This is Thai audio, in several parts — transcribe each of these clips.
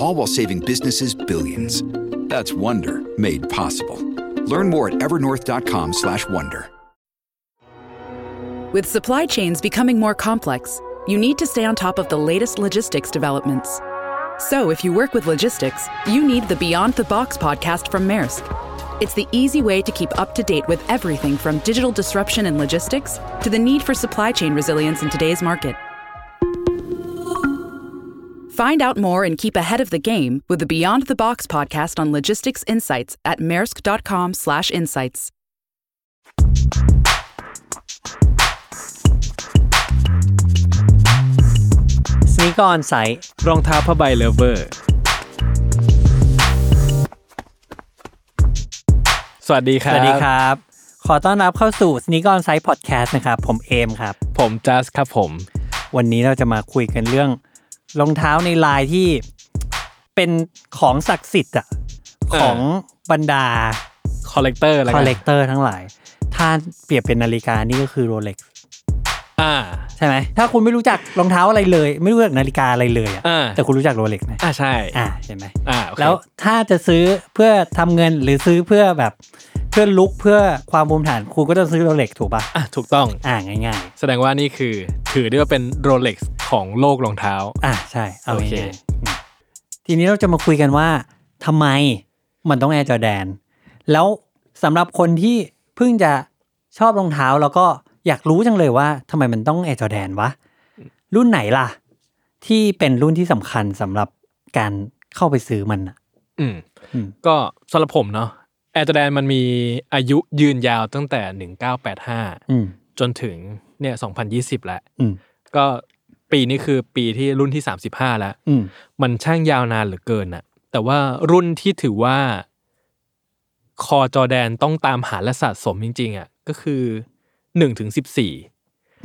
all while saving businesses billions. That's Wonder made possible. Learn more at evernorth.com/slash wonder. With supply chains becoming more complex, you need to stay on top of the latest logistics developments. So, if you work with logistics, you need the Beyond the Box podcast from Maersk. It's the easy way to keep up to date with everything from digital disruption in logistics to the need for supply chain resilience in today's market. Find out more and keep ahead of the game with the Beyond the Box podcast on logistics insights at slash insights Sneak On Site รองเท้าผ้าใบเลเวอร์ สวัสดีค ส รับ วัสดีครับ ขอต้อนรับเข้าสู่ Sneak On Site Podcast นะครับ ผมเอมครับ ผมจัสครับผม วันนี้เราจะมาคุยกันเรื่องรองเท้าในลายที่ เป็นของศักดิ์สิทธิ์อะ เออ ของบรรดา คอลเลกเตอร์แล้ว คอ กั ล น เลกเตอร์ทั้งหลาย ถ้าเปรียบเป็นนาฬิกานี่ก็คือโรเล็ก อ่า ใช่ไหม ถ้าคุณไม่รู้จักรองเท้าอะไรเลย ไม่รู้จักนาฬิกาอะไรเลยอะ อ่า แต่คุณรู้จักโรเล็กไหม อ่าใช่ อ่าเห็นไหม อ่าโอเค แล้วถ้าจะซื้อเพื่อทำเงินหรือซื้อเพื่อแบบเพื่อลุกเพื่อความภูมิฐานคุณก็ต้องซื้อโรเล็กถูกปะ อ่ะถูกต้อง อ่าง่าย แสดงว่านี่คือถือได้ว่าเป็นโรเล็กของโลกรองเท้า ๆ อ่าใช่เอา โอเค ง่ายๆอืมทีนี้เราจะมาคุยกันว่าทำไมมันต้องแอร์จอแดน แล้วสำหรับคนที่เพิ่งจะชอบรองเท้าแล้วก็อยากรู้จังเลยว่าทำไมมันต้องแอร์จอแดนวะ รุ่นไหนล่ะ ที่เป็นรุ่นที่สำคัญสำหรับการเข้าไปซื้อมันอะ อืม อืม ก็สำหรับผมเนาะแอร์จอแดนมันมีอายุยืนยาวตั้งแต่ 1985 อืม จนถึงเนี่ย 2020 แล้ว อืม ก็ปีนี้คือปีที่รุ่นที่ 35 แล้ว อืม มันช่างยาวนานเหลือเกินน่ะ แต่ว่ารุ่นที่ถือว่า คอจอแดนต้องตามหาและสะสมจริงๆอ่ะก็คือหนึ่งถึงสิบสี่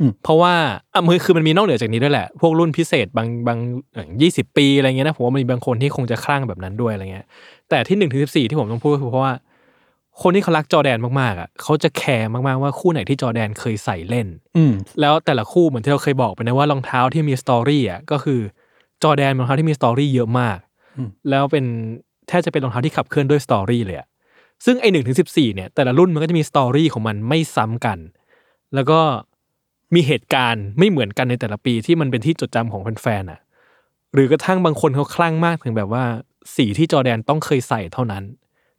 อืม เพราะว่าอ่ะมือคือมันมีนอกเหนือจากนี้ด้วยแหละ พวกรุ่นพิเศษบางบางยี่สิบปีอะไรเงี้ยนะผมว่ามันมีบางคนที่คงจะคลั่งแบบนั้นด้วยอะไรเงี้ย แต่ที่หนึ่งถึงสิบสี่ที่ผมต้องพูดก็คือเพราะว่า คนที่เขารักจอแดนมากๆอ่ะเขาจะแคร์มากๆว่าคู่ไหนที่จอแดนเคยใส่เล่น อืม แล้วแต่ละคู่เหมือนที่เราเคยบอกไปนะว่ารองเท้าที่มีสตอรี่อ่ะก็คือจอแดนเป็นรองเท้าที่มีสตอรี่เยอะมาก อืม แล้วเป็นแทบจะเป็นรองเท้าที่ขับเคลื่อนด้วยสตอรี่เลยอะซึ่งไอหนึ่งถึงสิบสี่เนี่ย แต่ละรุ่นมันก็จะมีสตอรี่ของมันไม่ซ้ำกัน แล้วก็มีเหตุการณ์ไม่เหมือนกันในแต่ละปีที่มันเป็นที่จดจำของแฟนๆอ่ะ หรือกระทั่งบางคนเขาคลั่งมากถึงแบบว่า สีที่จอแดนต้องเคยใส่เท่านั้น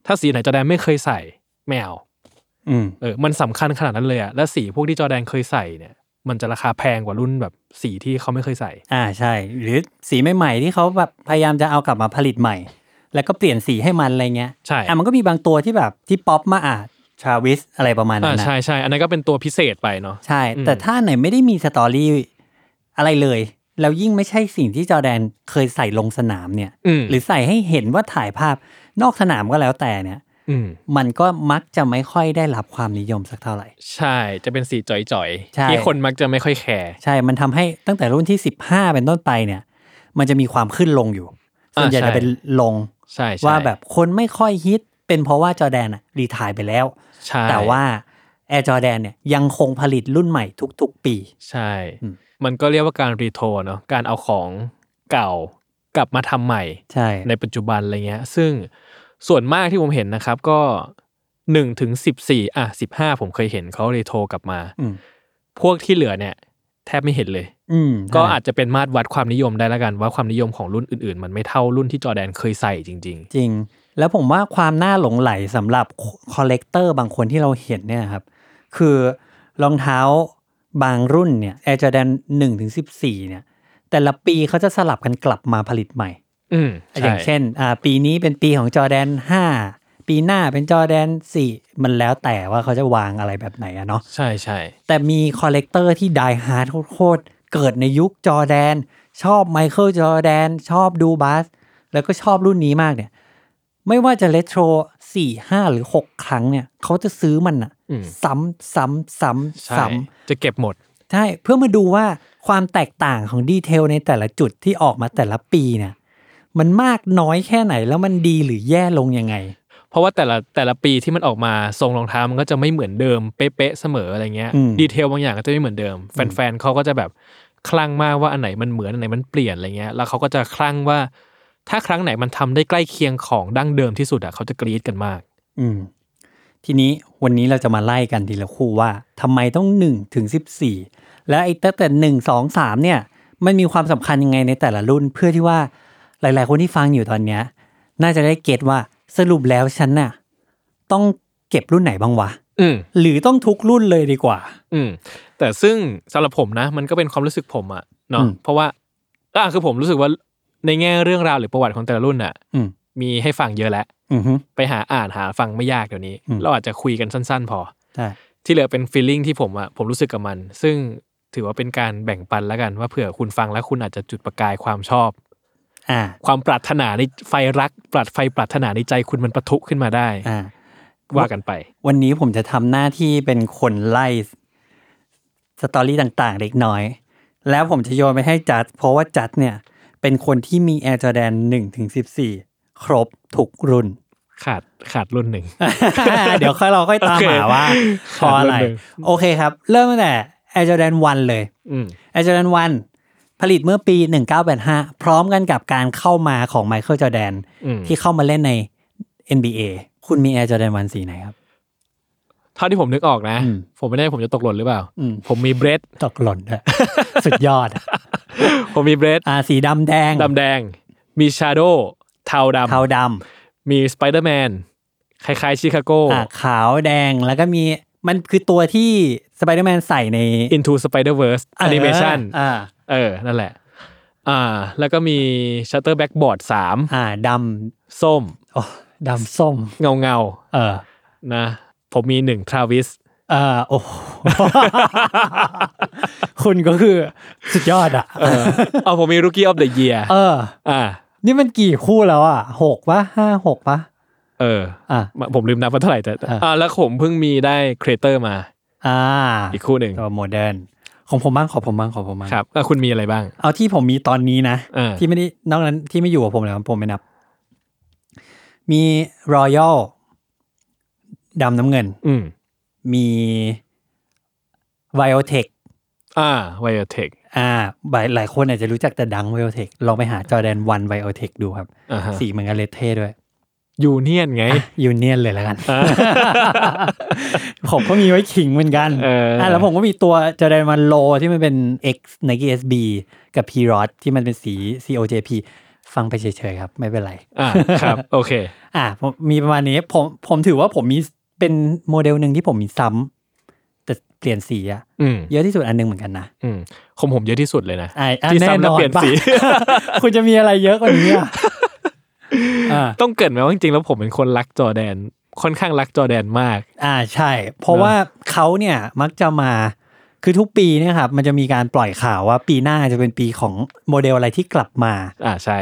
ถ้าสีไหนจอแดนไม่เคยใส่ไม่เอา อืม เออ มันสำคัญขนาดนั้นเลยอะและสีพวกที่จอร์แดนเคยใส่เนี่ย มันจะราคาแพงกว่ารุ่นแบบสีที่เขาไม่เคยใส่ อ่าใช่ หรือสีใหม่ๆที่เขาแบบพยายามจะเอากลับมาผลิตใหม่ แล้วก็เปลี่ยนสีให้มันอะไรเงี้ย ใช่ อ่ะมันก็มีบางตัวที่แบบที่ป๊อปมาอ่ะชาวิสอะไรประมาณนั้ อ่าน นะ ใช่ใช่อันนั้นก็เป็นตัวพิเศษไปเนาะ ใช่ อืม แต่ถ้าไหนไม่ได้มีสตอรี่อะไรเลย แล้วยิ่งไม่ใช่สิ่งที่จอร์แดนเคยใส่ลงสนามเนี่ย อืม หรือใส่ให้เห็นว่าถ่ายภาพนอกสนามก็แล้วแต่เนี่ย อืม มันก็มักจะไม่ค่อยได้รับความนิยมสักเท่าไหร่ ใช่ จะเป็นสีจ่อย ใช่ ๆ ที่คนมักจะไม่ค่อยแคร์ ใช่ มันทำให้ตั้งแต่รุ่นที่ 15 เป็นต้นไปเนี่ย มันจะมีความขึ้นลงอยู่ส่วนใหญ่ อ่าใช่ จะเป็นลง ใช่ใช่ ว่าแบบคนไม่ค่อยฮิตเป็นเพราะว่าจอร์แดนอะรีทายไปแล้ว ใช่ แต่ว่าแอร์จอร์แดนเนี่ยยังคงผลิตรุ่นใหม่ทุกๆปี ใช่ อืม มันก็เรียกว่าการรีโทเนาะการเอาของเก่ากลับมาทำใหม่ ใช่ ในปัจจุบันอะไรเงี้ย ซึ่งส่วนมากที่ผมเห็นนะครับก็หนึ่งถึงสิบสี่อ่ะสิบห้าผมเคยเห็นเขารีโทรกลับมา อืม พวกที่เหลือเนี่ย แทบไม่เห็นเลย อืม ก็ ใช่ อาจจะเป็นมาตรวัดความนิยมได้ละกัน ว่าความนิยมของรุ่นอื่นๆ มันไม่เท่ารุ่นที่จอร์แดนเคยใส่จริง จริง แล้วผมว่าความน่าหลงไหลสำหรับคอลเลกเตอร์บางคนที่เราเห็นเนี่ยครับ คือรองเท้าบางรุ่นเนี่ยแอร์จอร์แดนหนึ่งถึงสิบสี่เนี่ย แต่ละปีเขาจะสลับกันกลับมาผลิตใหม่ ๆ อืม อย่า ใช่ งเช่นอ่าปีนี้เป็นปีของจอร์แดน 5 ปีหน้าเป็นจอร์แดน 4 มันแล้วแต่ว่าเขาจะวางอะไรแบบไหนอะเนาะ ใช่ใช่ แต่มีคอลเลกเตอร์ที่ดายฮาร์ดโคตรๆเกิดในยุคจอร์แดน ชอบไมเคิลจอร์แดน ชอบดูบัส แล้วก็ชอบรุ่นนี้มากเนี่ย ไม่ว่าจะเลโทรสี่ห้าหรือหกครั้งเนี่ยเขาจะซื้อมันอะ อืม ซ้ำซ้ำซ้ำใช่ซ้ำ จะเก็บหมด ใช่ เพื่อมาดูว่าความแตกต่างของดีเทลในแต่ละจุดที่ออกมาแต่ละปีเนี่ยมันมากน้อยแค่ไหนแล้วมันดีหรือแย่ลงยังไง เพราะว่าแต่ละแต่ละปีที่มันออกมาทรงรองเท้ามันก็จะไม่เหมือนเดิมเป๊ะๆเสมออะไรเงี้ย อืม ดีเทลบางอย่างก็จะไม่เหมือนเดิม แฟนๆเขาก็จะแบบคลั่งมากว่าอันไหนมันเหมือนอันไหนมันเปลี่ยนอะไรเงี้ยแล้วเขาก็จะคลั่งว่า ถ้าครั้งไหนมันทำได้ใกล้เคียงของดั้งเดิมที่สุดอ่ะเขาจะกรี๊ดกันมาก อืม ทีนี้วันนี้เราจะมาไล่กันทีละคู่ว่าทำไมต้อง1ถึง14 และไอ้ตั้งแต่1 2 3เนี่ย มันมีความสำคัญยังไงในแต่ละรุ่นเพื่อที่ว่าหลาย ๆ คนที่ฟังอยู่ตอนเนี้ย น่าจะได้เก็ตว่าสรุปแล้วฉันน่ะต้องเก็บรุ่นไหนบ้างวะ อืม หรือต้องทุกรุ่นเลยดีกว่า อืมแต่ซึ่งสำหรับผมนะ มันก็เป็นความรู้สึกผมอะ อื เนาะ ม เพราะว่าก็อ่ะคือผมรู้สึกว่าในแง่เรื่องราวหรือประวัติของแต่ละรุ่นอะ อืม มีให้ฟังเยอะแล้ว อือฮึ ไปหาอ่านหาฟังไม่ยากเดี๋ยวนี้ อืม เราอาจจะคุยกันสั้นๆ พอ ใช่ ที่เหลือเป็นฟีลลิ่งที่ผมอะผมรู้สึกกับมัน ซึ่งถือว่าเป็นการแบ่งปันแล้วกันว่าเผื่อคุณฟังแล้วคุณอาจจะจุดประกายความชอบ อ่า ความปรารถนาในไฟรักปรัดไฟปรารถนาในใจคุณมันปะทุขึ้นมาได้ อ่า ว่ากันไป วันนี้ผมจะทำหน้าที่เป็นคนไล่สตอรี่ต่างๆ เล็กน้อย แล้วผมจะโยนไปให้จัด เพราะว่าจัดเนี่ย เป็นคนที่มี Air Jordan 1ถึง14 ครบทุกรุ่น ขาดขาดรุ่นหนึ่ง เดี๋ยวค่อยเราค่อยตาม โอเค หาว่าเพราะอะไร รุ่นหนึ่ง โอเคครับ เริ่มตั้งแต่ Air Jordan 1 เลย อืม Air Jordan 1 ผลิตเมื่อปี 1985 พร้อมกันกับการเข้ามาของ Michael Jordan อืม ที่เข้ามาเล่นใน NBA คุณมี Air Jordan 1สีไหนครับ เท่าที่ผมนึกออกนะ อืม ผมไม่แน่ผมจะตกหล่นหรือเปล่า อืม ผมมีเบรด ตกหล่นด้วย สุดยอด ผมมีเบรด อ่าสีดำแดง ดำแดง มีชาโดว์เทาด เทาดำ ำมีสไปเดอร์แมนคล้ายๆชิคาโก อ่าขาวแดงแล้วก็มีมันคือตัวที่สไปเดอร์แมนใส่ใน Into Spider-Verse เ Animation อ่า เออ นั่นแหละ อ่า แล้วก็มี Shutter Backboard 3 อ่าด ส้ม ำโอ้ดำส้ม เงาเงา เออ ๆนะ ผมมีหนึ่งทราวิส เออโอ้โห คุณก็คือสุดยอดอ่ะ เออ เอาผมมี Rookie of the Year เออ อ่า นี่มันกี่คู่แล้วอ่ะหกปะห้าหกปะ เออ อ่า ผมลืมนับว่าเท่าไหร่แต่ เอออ่ อ่า แล้วผมเพิ่งมีได้ Creator มา อ่า อีกคู่หนึ่ง ตัวโมเดิร์นของผมบ้างของผมบ้างของผมบ้าง ครับแล้วคุณมีอะไรบ้าง เอาที่ผมมีตอนนี้นะ เออ ที่ไม่ได้นอกนั้นที่ไม่อยู่กับผมแล้วผมไม่นับ มีรอยัลดำน้ำเงิน อืม มีไวโอเทค อ่า Biotech อ่าหลายหลายคนอาจจะรู้จักแต่ดังไวโอเทคลองไปหาจอแดนวันไวโอเทคดูครับ อ่าฮะ สีเหมือนกันเลสเท่ด้วย ยูเนียนไง ยูเนียนเลยแล้วกัน ผมก็มีไว้ขิงเหมือนกัน เอออ่ ะแล้วผมก็มีตัวจอแดนวันโลที่มันเป็น X Nike SB กับ P r o d ที่มันเป็นสี COJP ฟังไปเฉยๆครับ ไม่เป็นไร อ่า ครับ โอเค อ่ะผมมีประมาณนี้ผมผมถือว่าผมมีเป็นโมเดลหนึ่งที่ผมมีซ้ำแต่เปลี่ยนสีอะ อืม เยอะที่สุดอันหนึงเหมือนกันนะ อืมของผมเยอะที่สุดเลยนะ อ่ะอ่ะ ที่ แน่ ซ้ำ น แล้อวน เปลี่ยนสี ป่ะ คุณจะมีอะไรเยอะกว่านี้อะอ่ะ ต้องเกริดไหมว่าจริงๆแล้วผมเป็นคนรักจอร์แดน ค่อนข้างรักจอร์แดนมาก อ่าใช่ เพราะว่าเขาเนี่ยมักจะมาคือทุกปีเนี่ยครับมันจะมีการปล่อยข่าวว่าปีหน้าจะเป็นปีของโมเดลอะไรที่กลับมา อ่าใช่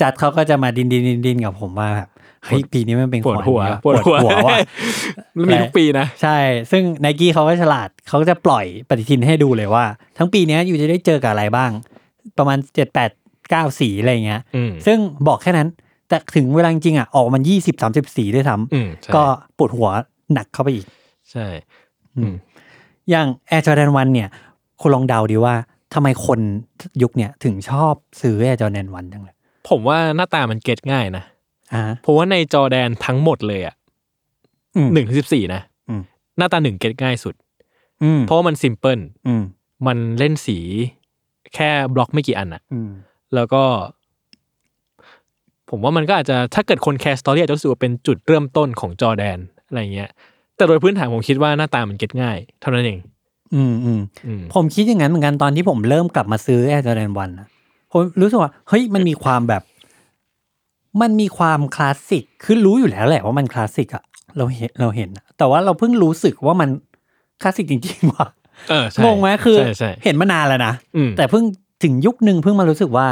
จัดเขาก็จะมาดินดินดินดินกับผมว่าแบบเฮ้ยปีนี้มันเป็น ปวดหัว ปวดหัวว่ะ แล้วมีทุกปีนะ ใช่ ซึ่ง n นกี้เขาก็ฉลาด เขาก็จะปล่อยปฏิทินให้ดูเลยว่า ทั้งปีเนี้ยอยู่จะได้เจอกับอะไรบ้าง ประมาณ 7 8 9 สีอะไรอย่างเงี้ย อืม ซึ่งบอกแค่นั้น แต่ถึงเวลาจริงๆอ่ะ ออกมัน 20 30 สีด้วยซ้ อืมใช่ ำก็ปวดหัวหนักเข้าไปอีก ใช่ อย่าง Air Jordan 1เนี่ย คุณลองเดาดีว่าทำไมคนยุคเนี่ยถึงชอบซื้อ Air Jordan 1จังเลย ผมว่าหน้าตามันเก็ตง่ายนะ อ่า เพราะว่าในจอร์แดนทั้งหมดเลยอ่ะ อืม หนึ่งถึงสิบสี่นะ อืม หน้าตาหนึ่งเก็ตง่ายสุด อืม เพราะว่ามันซิมเพิล อืม มันเล่นสีแค่บล็อกไม่กี่อันอ่ะ อืม แล้วก็ ผมว่ามันก็อาจจะถ้าเกิดคนแคร์สตอรี่อาจจะรู้สึกว่าเป็นจุดเริ่มต้นของจอร์แดนอะไรเงี้ย แต่โดยพื้นฐานผมคิดว่าหน้าตามันเก็ตง่าย เท่านั้นเอง อืมอืม อืม ผมคิดอย่างนั้นเหมือนกันตอนที่ผมเริ่มกลับมาซื้อ Air Jordan 1นะผมรู้สึกว่าเฮ้ยมันมีความแบบ มันมีความคลาสสิกคือรู้อยู่แล้วแหละว่ามันคลาสสิกอะเราเห็นเราเห็นอะแต่ว่าเราเพิ่งรู้สึกว่ามันคลาสสิกจริงๆว่ะ เออใช่ งงไหมคือ ใช่ใช่ เห็นมานานแล้วนะ อืม แต่เพิ่งถึงยุคหนึ่งเพิ่งมารู้สึกว่า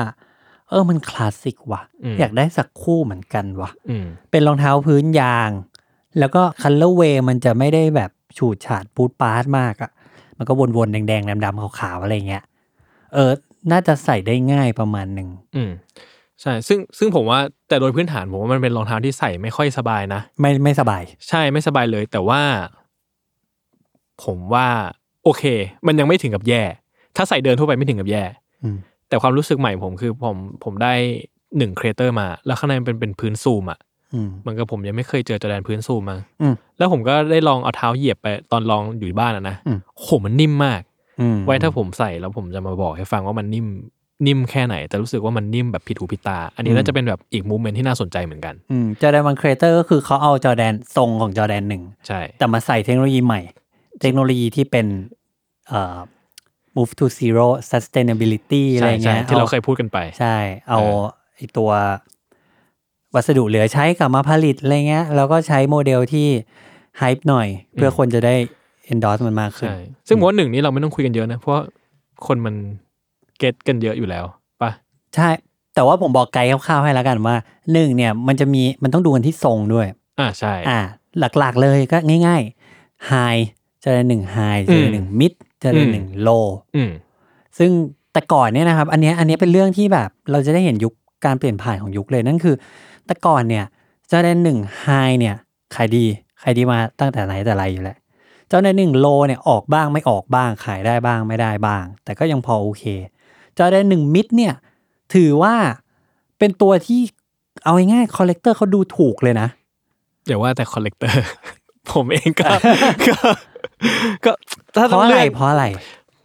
เออมันคลาสสิกว่ะ อืม อยากได้สักคู่เหมือนกันว่ะ อืม เป็นรองเท้าพื้นยาง แล้วก็คันเลอร์เวย์มันจะไม่ได้แบบฉูดฉาดปูดปาดมากอะ่ะ มันก็วนๆ แดงๆดำๆขาวๆ อะไรเงี้ย เออ น่าจะใส่ได้ง่ายประมาณหนึ่ง อืมใช่ซึ่งซึ่งผมว่าแต่โดยพื้นฐานผมว่ามันเป็นรองเท้าที่ใส่ไม่ค่อยสบายนะ ไม่ไม่สบาย ใช่ไม่สบายเลย แต่ว่า ผมว่า โอเค มันยังไม่ถึงกับแย่ ถ้าใส่เดินทั่วไปไม่ถึงกับแย่ อืม แต่ความรู้สึกใหม่ผมคือผมผมได้หนึ่งครีเอเตอร์มา แล้วข้างในมันเป็นเป็นพื้นซูมอ่ะ อืม เหมันกับผมยังไม่เคยเจอจอแดนพื้นซูมมา อืม แล้วผมก็ได้ลองเอาเท้าเหยียบไปตอนลองอยู่บ้านอะนะ อืม โหมันนิ่มมาก อืม ไว้ถ้าผมใส่แล้วผมจะมาบอกให้ฟังว่ามันนิ่มนิ่มแค่ไหน แต่รู้สึกว่ามันนิ่มแบบผิดหูผิดตา อันนี้น่าจะเป็นแบบอีกมูเมนที่น่าสนใจเหมือนกัน อืมจอแดนวันครีเอเตอร์ก็คือเขาเอาจอแดนทรงของจอแดนหนึ่ง ใช่ แต่มาใส่เทคโนโลยีใหม่ เทคโนโลยีที่เป็นเอ่อ move to zero sustainability อะไร ใช่ใช่ เงี้ย ที่เรา อ เคยพูดกันไป ใช่ เอา เออ ไอตัววัสดุเหลือใช้กลับมาผลิตอะไรเงี้ย แล้วก็ใช้โมเดลที่ไฮป์หน่อย เพื่อคนจะได้ endorse มันมากขึ้น ใช่ซึ่งผมว่าหนึ่งนี้เราไม่ต้องคุยกันเยอะนะ เพราะว่าคนมันเก็ตกันเยอะอยู่แล้วปะ ใช่ แต่ว่าผมบอกไกด์คร่าวๆให้แล้วกันว่าหนึ่งเนี่ยมันจะมีมันต้องดูกันที่ทรงด้วย อ่าใช่ อ่า หลักๆเลยก็ง่ายๆ high จะได้หนึ่ง high จะได้หนึ่ง mid จะได้หนึ่ง low อืม ซึ่งแต่ก่อนเนี่ยนะครับ อันเนี้ยอันเนี้ยเป็นเรื่องที่แบบเราจะได้เห็นยุคการเปลี่ยนผ่านของยุคเลยนั่นคือ แต่ก่อนเนี่ยเจ้าแดนหนึ่งไฮเนี่ยขายดีขายดีมาตั้งแต่ไหนแต่ไรอยู่แล้วเจ้าแดนหนึ่งโลเนี่ยออกบ้างไม่ออกบ้างขายได้บ้างไม่ได้บ้าง แต่ก็ยังพอโอเค เจ้าแดนหนึ่งมิดเนี่ยถือว่าเป็นตัวที่เอาง่ายๆคอลเลกเตอร์เขาดูถูกเลยนะ เดี๋ยวว่าแต่คอลเลกเตอร์ ผมเองก็ ก็ก็ถ้า เพ ต้อ ราะอะงเลื ไร อก เพราะอะไร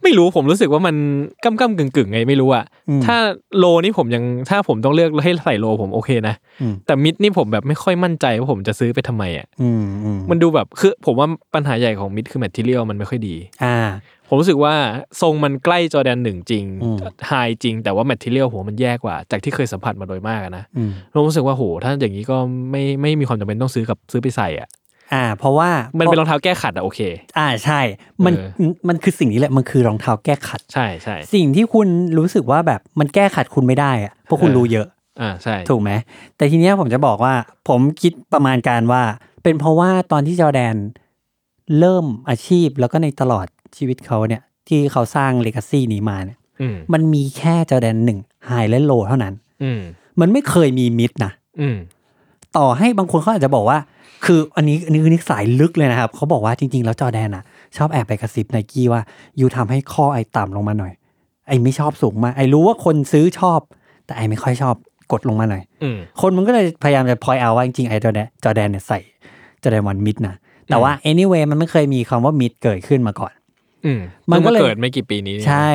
ไม่รู้ผมรู้สึกว่ามันก้ำก้ำกึ่งกึ่งๆไงไม่รู้อะ อืม ถ้าโลนี่ผมยังถ้าผมต้องเลือกให้ใส่โลผมโอเคนะ อืม แต่มิดนี่ผมแบบไม่ค่อยมั่นใจว่าผมจะซื้อไปทำไมอะ อืมอืม มันดูแบบคือผมว่าปัญหาใหญ่ของมิดคือแมทเทียลมันไม่ค่อยดี อ่า ผมรู้สึกว่าทรงมันใกล้จอแดนหนึ่งจริง อืม ไฮจริง แต่ว่าแมทเทียลผมมันแย่กว่า จากที่เคยสัมผัสมาโดยมากอะนะ อืม ผมรู้สึกว่าโหถ้าอย่างนี้ก็ไม่ไม่มีความจำเป็นต้องซื้อกับซื้อไปใส่อ่ะ อ่า เพราะว่ามั มันเป็นรองเท้าแก้ขัดอ่ะโอเค อ่าใช่ มัน เออ มันคือสิ่งนี้แหละ มันคือรองเท้าแก้ขัด ใช่ใช่ สิ่งที่คุณรู้สึกว่าแบบมันแก้ขัดคุณไม่ได้อะเพราะคุณรู้เยอะ อ่าใช่ ถูกไหม แต่ทีเนี้ยผมจะบอกว่า ผมคิดประมาณการว่า เป็นเพราะว่าตอนที่จอร์แดนเริ่มอาชีพแล้วก็ในตลอดชีวิตเขาเนี่ย ที่เขาสร้างเลก a ซีนี้มาเนี่ย อืม มันมีแค่จอร์แดนหนึ่งไฮและโลเท่านั้น อืม มันไม่เคยมีมิดนะ อืม ต่อให้บางคนเขาอาจจะบอกว่า คืออันนี้อันนี้คือนิสายลึกเลยนะครับ เขาบอกว่าจริงๆ แล้วจอร์แดนอ่ะ ชอบแอบไปกระซิบไนกี้ว่า อยู่ทำให้ข้อไอต่ำลงมาหน่อย ไอไม่ชอบสูงมากไอรู้ว่าคนซื้อชอบ แต่ไอไม่ค่อยชอบกดลงมาหน่อย อืม คนมันก็เลยพยายามจะพอยเอาว่าจริงๆไอจอร์แดนจอร์แดนเนี่ยใส่จอร์แดนวันมิดนะ แต่ว่า anyway มันไม่เคยมีคำว่ามิดเกิดขึ้นมาก่อน อืม มั มัน น ก็ ก็ เลย เกิดไม่กี่ปีนี้เนี่ย ใช่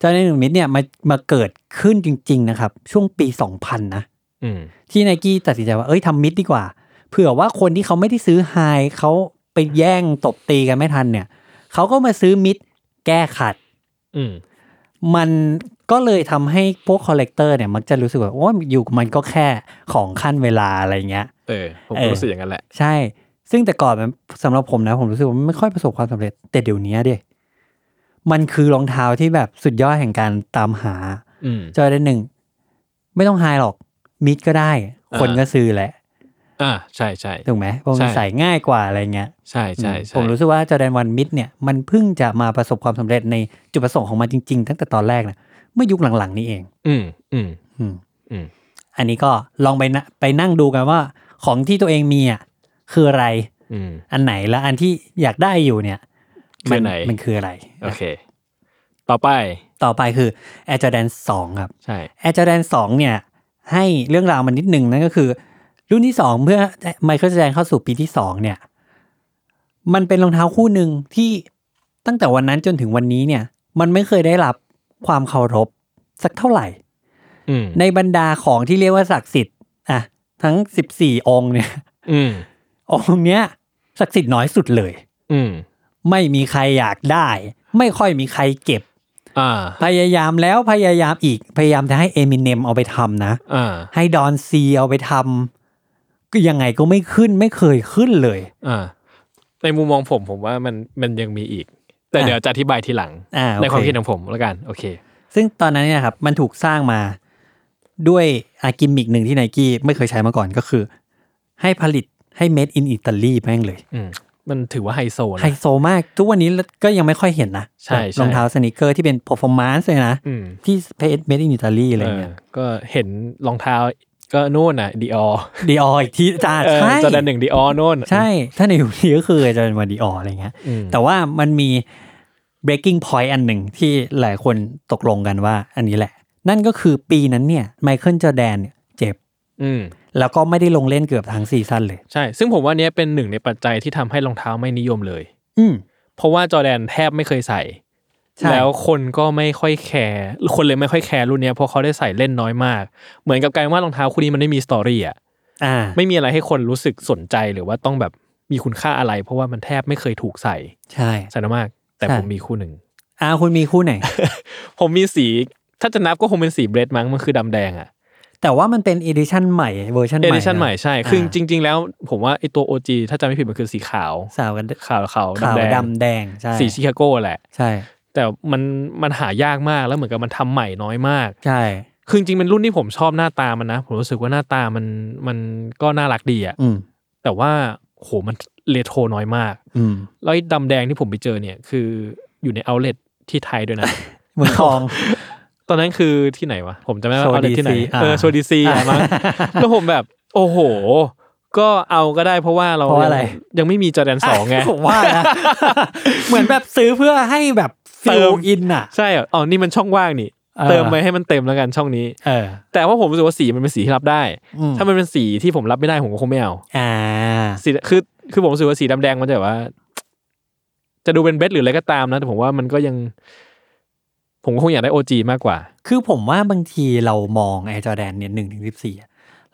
จอร์แดนหนึ่งมิดเนี่ยมามาเกิดขึ้นจริง ๆ นะครับ ช่วงปี 2000 นะ อืม ที่ไนกี้ตัดสินใจว่า เอ้ยทำมิดดีกว่า เผื่อว่าคนที่เขาไม่ได้ซื้อไฮเขาไปแย่งตบตีกันไม่ทันเนี่ย เขาก็มาซื้อมิดแก้ขัด อืม มันก็เลยทำให้พวกคอลเลกเตอร์เนี่ย มักจะรู้สึกว่าโอ้ยอยู่กับมันก็แค่ของขั้นเวลาอะไรเงี้ย เออผม เอ ก็ อ รู้สึกอย่างนั้นแหละ ใช่ ซึ่งแต่ก่อนมันสำหรับผมนะ ผมรู้สึกว่ามันไม่ค่อยประสบความสำเร็จ แต่เดี๋ยวนี้เด้มันคือรองเท้าที่แบบสุดยอดแห่งการตามหา อืม จอยได้หนึ่งไม่ต้องไฮหรอกมิดก็ได้ คนก็ซื้อแหละ อ่าใช่ใช่ ถูกไหมเพราะมัน ใช่ ใส่ง่ายกว่าอะไรเงี้ย ใช่ใช่ใช่ ผมรู้สึกว่าจอแดนวันมิดเนี่ยมันเพิ่งจะมาประสบความสำเร็จในจุดประสงค์ของมันจริงๆ ตั้งแต่ตอนแรกนะเมื่อยุคหลังๆ นี้เอง อืมอืม อืม อืม อันนี้ก็ลองไปนะไปนั่งดูกันว่าของที่ตัวเองมีอ่ะคืออะไร อืม อันไหนและอันที่อยากได้อยู่เนี่ยมั คือไหน มันคืออะไร โอเค ต่อไป ต่อไปคือ Air Jordan 2 ครับ ใช่ Air Jordan 2 เนี่ย ให้เรื่องราวมันนิดหนึ่งนั่นก็คือ รุ่นที่ 2 เมื่อไมเคิลจอแดนเข้าสู่ปีที่ 2 เนี่ย มันเป็นรองเท้าคู่หนึ่งที่ตั้งแต่วันนั้นจนถึงวันนี้เนี่ย มันไม่เคยได้รับความเคารพสักเท่าไหร่ อืม ในบรรดาของที่เรียกว่าศักดิ์สิทธิ์อ่ะทั้ง 14 องค์เนี่ย อืม องค์เนี้ยศักดิ์สิทธิ์น้อยสุดเลย อืม ไม่มีใครอยากได้ ไม่ค่อยมีใครเก็บ อ่า พยายามแล้วพยายามอีกพยายามจะให้เอมิเนมเอาไปทำนะ อ่า ให้ดอนซีเอาไปทำก็ยังไงก็ไม่ขึ้นไม่เคยขึ้นเลย อ่าในมุมมองผมผมว่ามันมันยังมีอีก แต่เดี๋ยวจะอธิบายทีหลัง อ่าโอเค ในความคิดของผมแล้วกัน โอเค ซึ่งตอนนั้นเนี่ยครับ มันถูกสร้างมา ด้วยอากิมมิกหนึ่งที่ไนกี้ไม่เคยใช้มาก่อนก็คือ ให้ผลิตให้ made in Italy แม่งเลย อืมมันถือว่าไฮโซนะ ไฮโซมาก ทุกวันนี้ก็ยังไม่ค่อยเห็นนะ ใช่ใช่ แบบรองเท้าสนิเกอร์ที่เป็น performance เลยนะ อืม ที่เพจ made in Italy อะไร เออ เงี้ย ก็เห็นรองเท้าก็นู่นน่ะดีออ ดีออีกที่จ้าใช่ จอแดนหนึ่งดีออนู่น ใช่ ถ้าในยุคนี้ก็คือจะเป็นวันดีอออะไรเงี้ย อืม แต่ว่ามันมี breaking point อันหนึ่งที่หลายคนตกลงกันว่าอันนี้แหละ นั่นก็คือปีนั้นเนี่ยไมเคิลจอแดนเนี่ยเจ็บ อืม แล้วก็ไม่ได้ลงเล่นเกือบทั้งซีซั่นเลย ใช่ ซึ่งผมว่าเนี้ยเป็นหนึ่งในปัจจัยที่ทำให้รองเท้าไม่นิยมเลย อืม เพราะว่าจอร์แดนแทบไม่เคยใส่ ใช่ แล้วคนก็ไม่ค่อยแคร์ คนเลยไม่ค่อยแคร์รุ่นเนี้ยเพราะเขาได้ใส่เล่นน้อยมาก เหมือนกับการว่ารองเท้าคู่นี้มันไม่มีสตอรี่อ่ะ อ่า ไม่มีอะไรให้คนรู้สึกสนใจหรือว่าต้องแบบมีคุณค่าอะไร เพราะว่ามันแทบไม่เคยถูกใส่ ใช่ ใส่น้อยมาก แต่ ใช่ ผมมีคู่หนึ่ง อ่าคุณมีคู่ไห น ผมมีสี ถ้าจะนับก็คงเป็นสีเบรดมั้ง มันคือดำแดงอ่ะ แต่ว่ามันเป็น edition ใหม่เวอร์ชันให เอ ม่ ดิชัน นะ ใหม่ใช่ คืออา จริง ๆ แล้วผมว่าไอตัว OG ถ้าจำไม่ผิดมันคือสีขาว สาวกัน ขาวขาว ขาว ดำแดง ดำแดง ใช่ สีชิคาโก้แหละ ใช่ แต่มันมันหายากมากแล้วเหมือนกับมันทำใหม่น้อยมาก ใช่ คือจริงๆเป็นรุ่นที่ผมชอบหน้าตามันนะ ผมรู้สึกว่าหน้าตามันมันก็น่ารักดีอะ อืม แต่ว่าโหมันเลโทรน้อยมาก อืม แล้วไอ้ดำแดงที่ผมไปเจอเนี่ย คืออยู่ในเอาเลทที่ไทยด้วยนะ เมืองทอง ตอนนั้นคือที่ไหนวะ ผมจำไม่ได้ โชว์ ว่าเอาเลท DC ที่ไหน อ่า เออโชว์ดีซี อ่า มั้งแล้วผมแบบ โอ้โห ก็เอาก็ได้เพราะว่าเรา เพราะอะไร ยังไม่มีจอแดนสองไง ผมว่านะ เหมือนแบบซื้อเพื่อให้แบบฟิ เติ ล ม อินอ่ะ ใช่อะอ๋อนี่มันช่องว่างนี่ เออ เติมไปให้มันเต็มแล้วกันช่องนี้ เออ แต่ว่าผมรู้สึกว่าสีมันเป็นสีที่รับได้ อืม ถ้ามันเป็นสีที่ผมรับไม่ได้ผมก็คงไม่เอา อ่า สีคือคือผมรู้สึกว่าสีดำแดงมันจะแบบว่า จะดูเป็นเบสหรืออะไรก็ตามนะ แต่ผมว่ามันก็ยัง ผมก็คงอยากได้โอจีมากกว่า คือผมว่าบางทีเรามองไอจอแดนเนี่ยหนึ่งถึงสิบสี่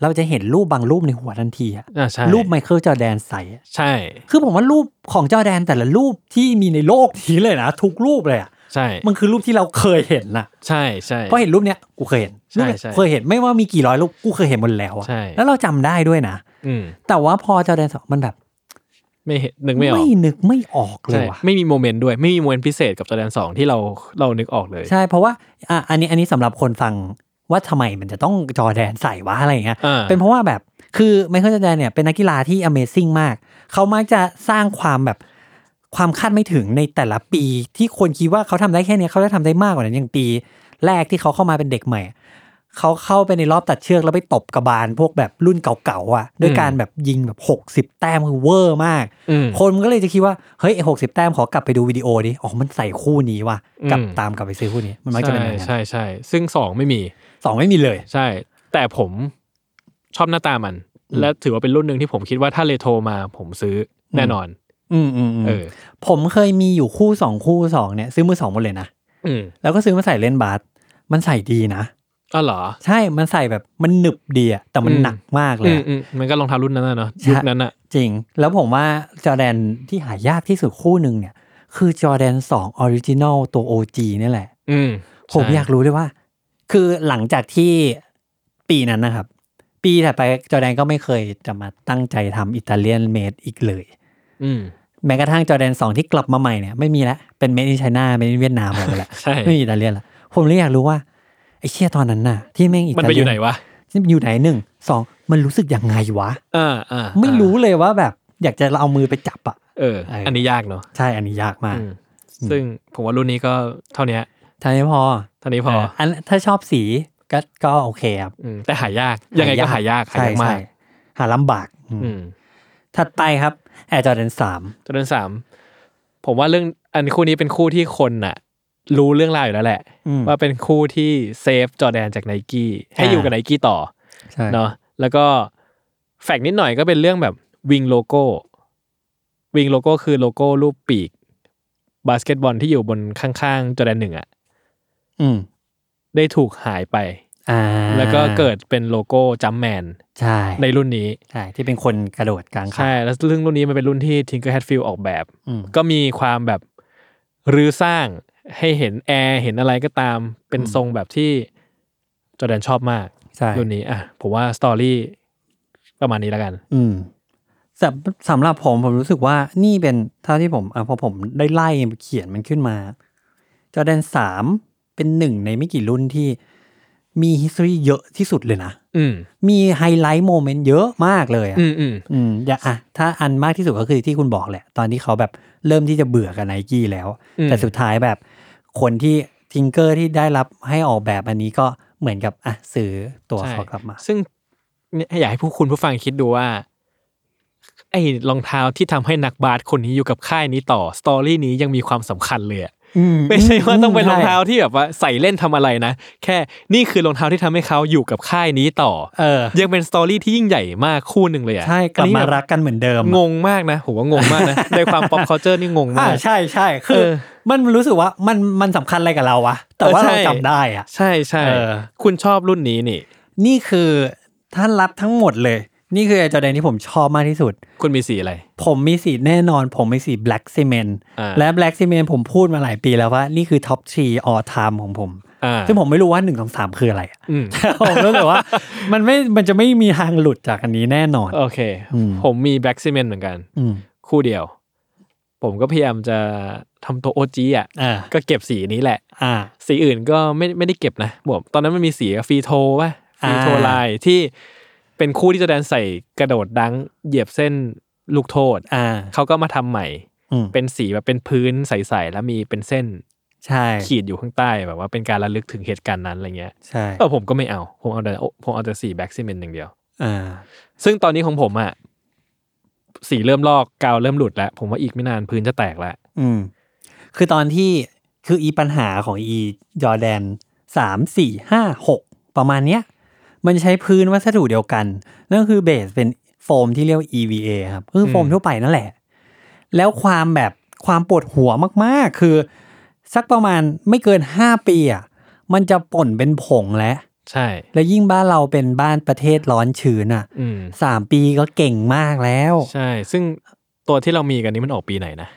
เราจะเห็นรูปบางรูปในหัวทันทีอะ อ่าใช่ รูปไมเคิลจอแดนใส่อะ ใช่ คือผมว่ารูปของจอแดนแต่ละรูปที่มีในโลกนี้เลยนะทุกรูปเลยอะ ใช่ มันคือรูปที่เราเคยเห็นน่ะ ใช่ใช่ เพราะเห็นรูปเนี้ยกูเคยเห็น ใช่ รูปเนี้ย ใช่ เคยเห็นไม่ว่ามีกี่ร้อยรูปกูเคยเห็นหมดแล้วอะ ใช่ แล้วเราจำได้ด้วยนะ อืม แต่ว่าพอจอแดนสองมันแบบ ไม่เห็นนึกไม่ออก นึกไม่ออกเล ใช่ ยว่ะ ไม่มีโมเมนต์ด้วย ไม่มีโมเมนต์พิเศษกับจอแดนสองที่เราเรานึกออกเลย ใช่เพราะว่าอ่ะอันนี้อันนี้สำหรับคนฟังว่าทำไมมันจะต้องจอแดนใส่วะอะไรอย่างเงี้ย อ่า เป็นเพราะว่าแบบคือไมเคิลจอแดนเนี่ยเป็นนักกีฬาที่ Amazing มาก เขามักจะสร้างความแบบความคาดไม่ถึงในแต่ละปีที่คนคิดว่าเขาทำได้แค่เนี้ยเขาได้ทำได้มากกว่านั้นอย่างปี แรกที่เขาเข้ามาเป็นเด็กใหม่ เขาเข้าไปในรอบตัดเชือกแล้วไปตบกระบาลพวกแบบรุ่นเก่าๆอ่ะด้วยการแบบยิงแบบ 60 แต้มคือเวอร์มาก อืม คนมันก็เลยจะคิดว่า เฮ้ยหกสิบแต้มขอกลับไปดูวิดีโอดิอ๋อมันใส่คู่นี้ว่ะ อืม กลับตามกลับไปซื้อคู่นี้ มันมักจะเป็นอย่างนั้น ใช่ใช่ใช่ซึ่งสองไม่มี สองไม่มีเลย ใช่ แต่ผมชอบหน้าตามัน อืม และถือว่าเป็นรุ่นหนึ่งที่ผมคิดว่าถ้าเลโทรมาผมซื้อแน่นอน อืมอืมอืม เออ ผมเคยมีอยู่คู่สองคู่สองเนี่ยซื้อมือสองหมดเลยนะ อืม แล้วก็ซื้อมาใส่เล่นบาสมันใส่ดีนะ อ๋อเหรอ ใช่มันใส่แบบมันหนึบดีอะแต่มัน อืม หนักมากเล อื ย ม อะ อืมมันก็รองเท้ารุ่นนั้นน่ะเนอะ ใช่ ยุคนั้นอ่ะ จริง แล้วผมว่าจอแดนที่หายากที่สุดคู่หนึ่งเนี่ย คือจอแดนสองออริจินอลตัว OG นี่แหละ อืม ผม ใช่ อยากรู้ด้วยว่า คือหลังจากที่ปีนั้นนะครับ ปีถัดไปจอร์แดนก็ไม่เคยจะมาตั้งใจทำอิตาเลียนเมดอีกเลย อืม แม้กระทั่งจอร์แดนสองที่กลับมาใหม่เนี่ยไม่มีแล้วเป็นเมด i นไชน่าเมด i นเวียดนามอะไรหมดแล้ว ใช่ ไม่มีอิตาเลียนละผมเลยอยากรู้ว่า ไอ้เชี่ยตอนนั้นน่ะ ที่แม่งอิ มัน ตา ไป เลี อยู่ น ไหนวะ ที่มันอยู่ไหนหนึ่งสองมันรู้สึกยังไงวะ อ่าอ่า ไม่รู้เลยว่าแบบ อยากจะเอามือไปจับอ่ะ เออ เอออั อันนี้ยากเนาะ ใช่อันนี้ยากมาก อืมซึ่งผมว่ารุ่นนี้ก็เท่าเนี้ย ท่านี้พอ เท่านี้พอ เอันถ้าชอบสีก็ก็โอเคครับ มแต่หายาก ยังไงก็หายาก หา ใช่ ยากมาก ใช่หาลำบากอืม อืม ถัดไปครับแอร์จอแดนสาม จนนสาม ผมว่าเรื่องอันคู่นี้เป็นคู่ที่คนน่ะ รู้เรื่องราวอยู่แล้วแหละ ว่าเป็นคู่ที่เซฟจอร์แดนจากไนกี้ให้อยู่กับไนกี้ต่อ ใช่ เนาะแล้วก็แฟกต์นิดหน่อยก็เป็นเรื่องแบบวิงโลโก้วิงโลโก้คือโลโก้รูปปีก บาสเกตบอลที่อยู่บนข้างๆจอร์แดนหนึ่งอะ อืม ได้ถูกหายไป อ่า แล้วก็เกิดเป็นโลโก้จัมแมน ใช่ ในรุ่นนี้ ใช่ที่เป็นคนกระโดดกลางขา ใช่แล้วเรื่องรุ่นนี้มันเป็นรุ่นที่ทิงเกอร์แฮตฟิลออกแบบ อืม ก็มีความแบบรื้อสร้างให้เห็นแอร์เห็นอะไรก็ตามเป็นทรงแบบที่จอร์แดนชอบมาก ใช่ รุ่นนี้อ่ะผมว่าสตอรี่ประมาณนี้แล้วกัน อืมสำสำหรับผมผมรู้สึกว่านี่เป็นเท่าที่ผมอ่ะพอผมได้ไล่เขียนมันขึ้นมาจอแดนสามเป็นหนึ่งในไม่กี่รุ่นที่ มีฮิสตอรีเยอะที่สุดเลยนะ อืม มีไฮไลท์โมเมนต์เยอะมากเลยอะ อืมอืม อืมอย่าอ่ะถ้าอันมากที่สุดก็คือที่คุณบอกแหละ ตอนที่เขาแบบเริ่มที่จะเบื่อกับไนกี้แล้ว อืม แต่สุดท้ายแบบคนที่ทิงเกอร์ที่ได้รับให้ออกแบบอันนี้ก็เหมือนกับอ่ะซื้อตัว ใช่ เขากลับมา ซึ่งเนี่ยอยากให้ผู้คุณผู้ฟังคิดดูว่า ไอ้รองเท้าที่ทำให้นักบาสคนนี้อยู่กับค่ายนี้ต่อสตอรี่นี้ยังมีความสำคัญเลยอะ อื ไม่ใช่ว่าต้องเป็นรองเท้า ใช่ ที่แบบว่าใส่เล่นทำอะไรนะ แค่นี่คือรองเท้าที่ทำให้เขาอยู่กับค่ายนี้ต่อ เออ ยังเป็นสตอรี่ที่ยิ่งใหญ่มากคู่หนึ่งเลยอ่ะ ใช่กลับ อันนี้ มา แบบ รักกันเหมือนเดิม งงมากนะผมว่างง มากนะ ในความ pop culture นี่งง อ่าม าก ใช่ใช่คือ เออ มันรู้สึกว่ามันมันสำคัญอะไรกับเราวะแต่ว่า เออใช่ เราจำได้อ่ะ ใช่ใช่ เออ คุณชอบรุ่นนี้นี่ นี่คือท่านรับทั้งหมดเลย นี่คือไอจอแดนที่ผมชอบมากที่สุด คุณมีสีอะไร ผมมีสีแน่นอน ผมมีสี black cement อ่า และ black cement ผมพูดมาหลายปีแล้วว่า นี่คือ top 3 all time ของผม อ่า ซึ่งผมไม่รู้ว่า1นึ่งสองสามคือ อะไรอะ อืม แต่ผมรู้สึกว่า มันไม่มันจะไม่มีทางหลุดจากอันนี้แน่นอน โอเค อืม ผมมีแบ็กซิเมนเหมือนกัน อืม คู่เดียว ผมก็พยายามจะทำตัวโอจีอ่ะ อ่า ก็เก็บสีนี้แหละ อ่า สีอื่นก็ไม่ไม่ได้เก็บนะผมตอนนั้นมันมีสีฟรีโทป่ะฟ อ่า รีโทลายที่เป็นคู่ที่จะแดนใส่กระโดดดัง เหยียบเส้นลูกโทษ อ่า เขาก็มาทำใหม่ อืม เป็นสีแบบเป็นพื้นใสๆแล้วมีเป็นเส้น ใช่ ขีดอยู่ข้างใต้แบบว่าเป็นการระลึกถึงเหตุการณ์นั้นอะไรเงี้ย ใช่ เออผมก็ไม่เอาผมเอาแต่ผมเอาแต่สีแบ็กซิเมนต์อย่างเดียว อ่า ซึ่งตอนนี้ของผมอะสีเริ่มลอกกาวเริ่มหลุดแล้ว ผมว่าอีกไม่นานพื้นจะแตกแล้ว อืมคือตอนที่คืออีปัญหาของอีจอแดนสามสี่ห้าหกประมาณเนี้ย มันใช้พื้นวัสดุเดียวกัน นั่นคือเบสเป็นโฟมที่เรียกว่า EVA ครับก็คือโฟม อืม ทั่วไปนั่นแหละ แล้วความแบบความปวดหัวมากๆ คือ สักประมาณไม่เกิน 5 ปีอ่ะมันจะป่นเป็นผงแล้ว ใช่ แล้วยิ่งบ้านเราเป็นบ้านประเทศร้อนชื้นอ่ะ อืม สามปีก็เก่งมากแล้ว ใช่ ซึ่งตัวที่เรามีกันนี้มันออกปีไหนนะ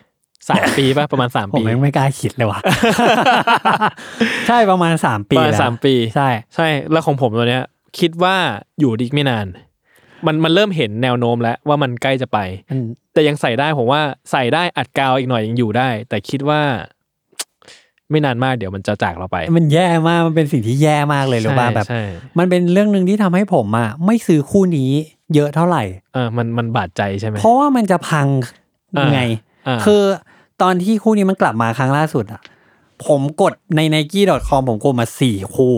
สามปีป่ะประมาณสาม ผม ปี ยังไม่กล้าคิดเลย ว่ะ ใช่ประมาณ 3 ปี ประมาณ แล้ว สามปี ใช่ ใช่แล้วของผมตัวเนี้ย คิดว่าอยู่อีกไม่นาน มันมันเริ่มเห็นแนวโน้มแล้วว่ามันใกล้จะไป มัน แต่ยังใส่ได้ผมว่าใส่ได้อัดกาวอีกหน่อยยังอยู่ได้ แต่คิดว่า ไม่นานมากเดี๋ยวมันจะจากเราไป มันแย่มากมันเป็นสิ่งที่แย่มากเลยหรือว่าแบบ ใช่ใช่ มันเป็นเรื่องหนึ่งที่ทำให้ผมอ่ะไม่ซื้อคู่นี้เยอะเท่าไหร่ เออมันมันบาดใจใช่ไหม เพราะว่ามันจะพัง อ่า ไง อ่า คือตอนที่คู่นี้มันกลับมาครั้งล่าสุดอ่ะ ผมกดใน n i k e c o m ผมกดมาสี่คู่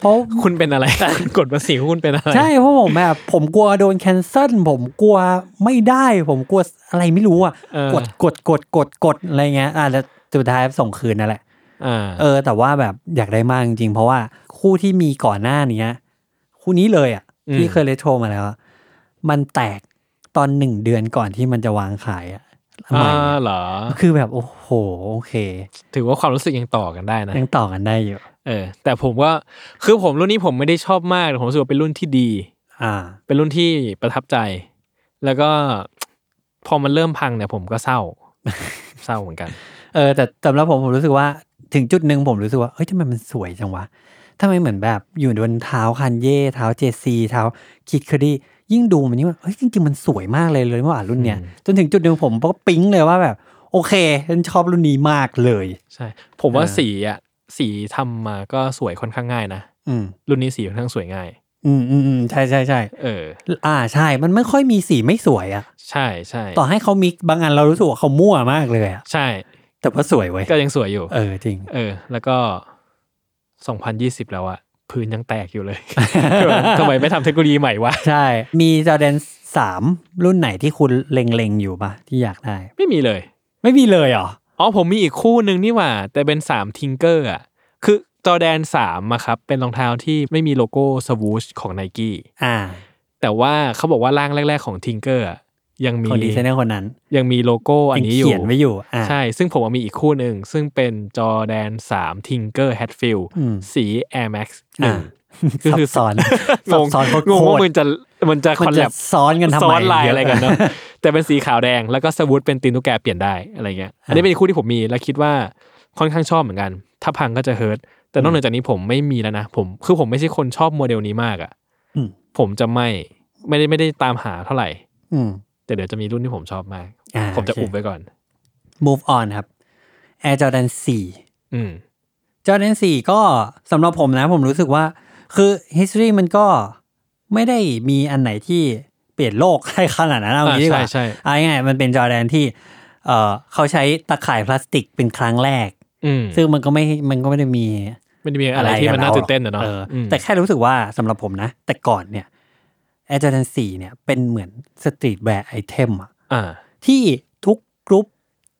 เพราะ คุณเป็นอะไร คุณกดภาษีคุณเป็นอะไร ใช่เพราะผมแบบผมกลัวโดนแคนเซิลผมกลัวไม่ได้ ผมกลัวอะไรไม่รู้อ่ะ เออก ดกดกดกดกดอะไรเงี้ยอ่ะแล้วสุดท้ายส่งคืนนั่นแหละ อ่า เออ แต่ว่าแบบอยากได้มากจริงๆ เพราะว่าคู่ที่มีก่อนหน้านี้คู่นี้เลยอ่ะที่เคยเลโทรมาแล้วอะมันแตกตอนหนึ่งเดือนก่อนที่มันจะวางขายอ่ะอันใหม่ อ่า อะ เหรอ คือแบบโอ้โหโอเค ถือว่าความรู้สึกยังต่อกันได้นะ ยังต่อกันได้อยู่ เออ แต่ผมว่าคือผมรุ่นนี้ผมไม่ได้ชอบมากแต่ผมรู้สึกว่าเป็นรุ่นที่ดี อ่า เป็นรุ่นที่ประทับใจ แล้วก็ พอมันเริ่มพังเนี่ยผมก็เศร้า เศร้าเหมือนกัน เออแต่สำหรับผมผมรู้สึกว่าถึงจุดหนึ่งผมรู้สึกว่าเฮ้ยทำไมมันสวยจังวะทำไมเหมือนแบบอยู่บนเท้าคันเย่เท้าเจซีเท้าคิดคอดียิ่งดูมันยิ่งว่าเฮ้ยจริงๆมันสวยมากเลยเลยว่ารุ่นเนี้ยจนถึงจุดหนึ่งผมก็ปิ๊งเลยว่าแบบ โอเคฉันชอบรุ่นนี้มากเลย ใช่ ผมว่า เออ สีอ่ะสีทำมาก็สวยค่อนข้างง่ายนะ อืม รุ่นนี้สีค่อนข้างสวยง่าย อืมอืมอืมใช่ใช่ใช่ เออ อ่าใช่ มันไม่ค่อยมีสีไม่สวยอะ ใช่ใช่ ต่อให้เขามิกบางอันเรารู้สึกว่าเขามั่วมากเลยอะ ใช่ แต่ว่าสวยเว้ย ก็ยังสวยอยู่ เออจริง เออ แล้วก็ 2020 แล้วอะพื้นยังแตกอยู่เลย ทำไมไม่ทำเทคโนโลยีใหม่วะ ใช่ มีจอแดนสามรุ่นไหนที่คุณเล็งๆอยู่ปะที่อยากได้ ไม่มีเลย ไม่มีเลยเหรอ อ๋อผมมีอีกคู่หนึ่งนี่หว่า แต่เป็นสามทิงเกอร์อ่ะ คือจอแดนสามอะครับ เป็นรองเท้าที่ไม่มีโลโก้สวูชของไนกี้ อ่า แต่ว่าเขาบอกว่าร่างแรก ๆของทิงเกอร์ยังมี คนดีไซเนอร์คนนั้น ยังมีโลโก้อันนี้อ ยัง ยู่ เขียนไว้อยู่ อ่า ใช่ ซึ่งผมว่ามีอีกคู่หนึ่ง ซึ่งเป็นจอแดน3 Tinker Hatfield อืม สี Air Max อ่า 1 ซับซ้อน ง ซับ ง ซ้อนโคตรง งว่ามั มัน จะมันจะคอนนแล จะ บ ซ้อนกันทำไม ซ้อนลาย เย อะไรกันเนาะแต่เป็นสีขาวแดงแล้วก็สวูดเป็นตีนตุ๊กแกเปลี่ยนได้อะไรเงี้ยอันนี้เป็นคู่ที่ผมมีแล้วคิดว่าค่อนข้างชอบเหมือนกัน ถ้าพังก็จะเฮิร์ตแต่นอกเหนือจากนี้ผมไม่มีแล้วนะผมคือผมไม่ใช่คนชอบโมเดลนี้มากอ่ะ อืม ผมจะไม่ไม่ได้ไม่ได้ตามหาเท่าไหร่ อืม แต่เดี๋ยวจะมีรุ่นที่ผมชอบมาก อ่า ผมจะ โอเค อุบไว้ก่อน move on ครับ Air Jordan 4 อืม Jordan 4 ก็สำหรับผมนะ ผมรู้สึกว่า คือ history มันก็ไม่ได้มีอันไหนที่เปลี่ยนโลก ให้ขนาดนั้นเอา อ่า งี้ดีกว่า ใช่ใช่ เอาง่ายๆมันเป็นจอร์แดนที่เอ่อเขาใช้ตะข่ายพลาสติกเป็นครั้งแรก อืม ซึ่งมันก็ไม่มันก็ไม่ได้มี ไม่ได้มีอะไรที่มันน่าตื่นเต้นอะเนาะ ออ ม แต่แค่รู้สึกว่าสำหรับผมนะ แต่ก่อนเนี่ยแอร์จอร์แดนสี่เนี่ยเป็นเหมือนสตรีทแวร์ไอเทมอะ อ่า ที่ทุกกรุ๊ป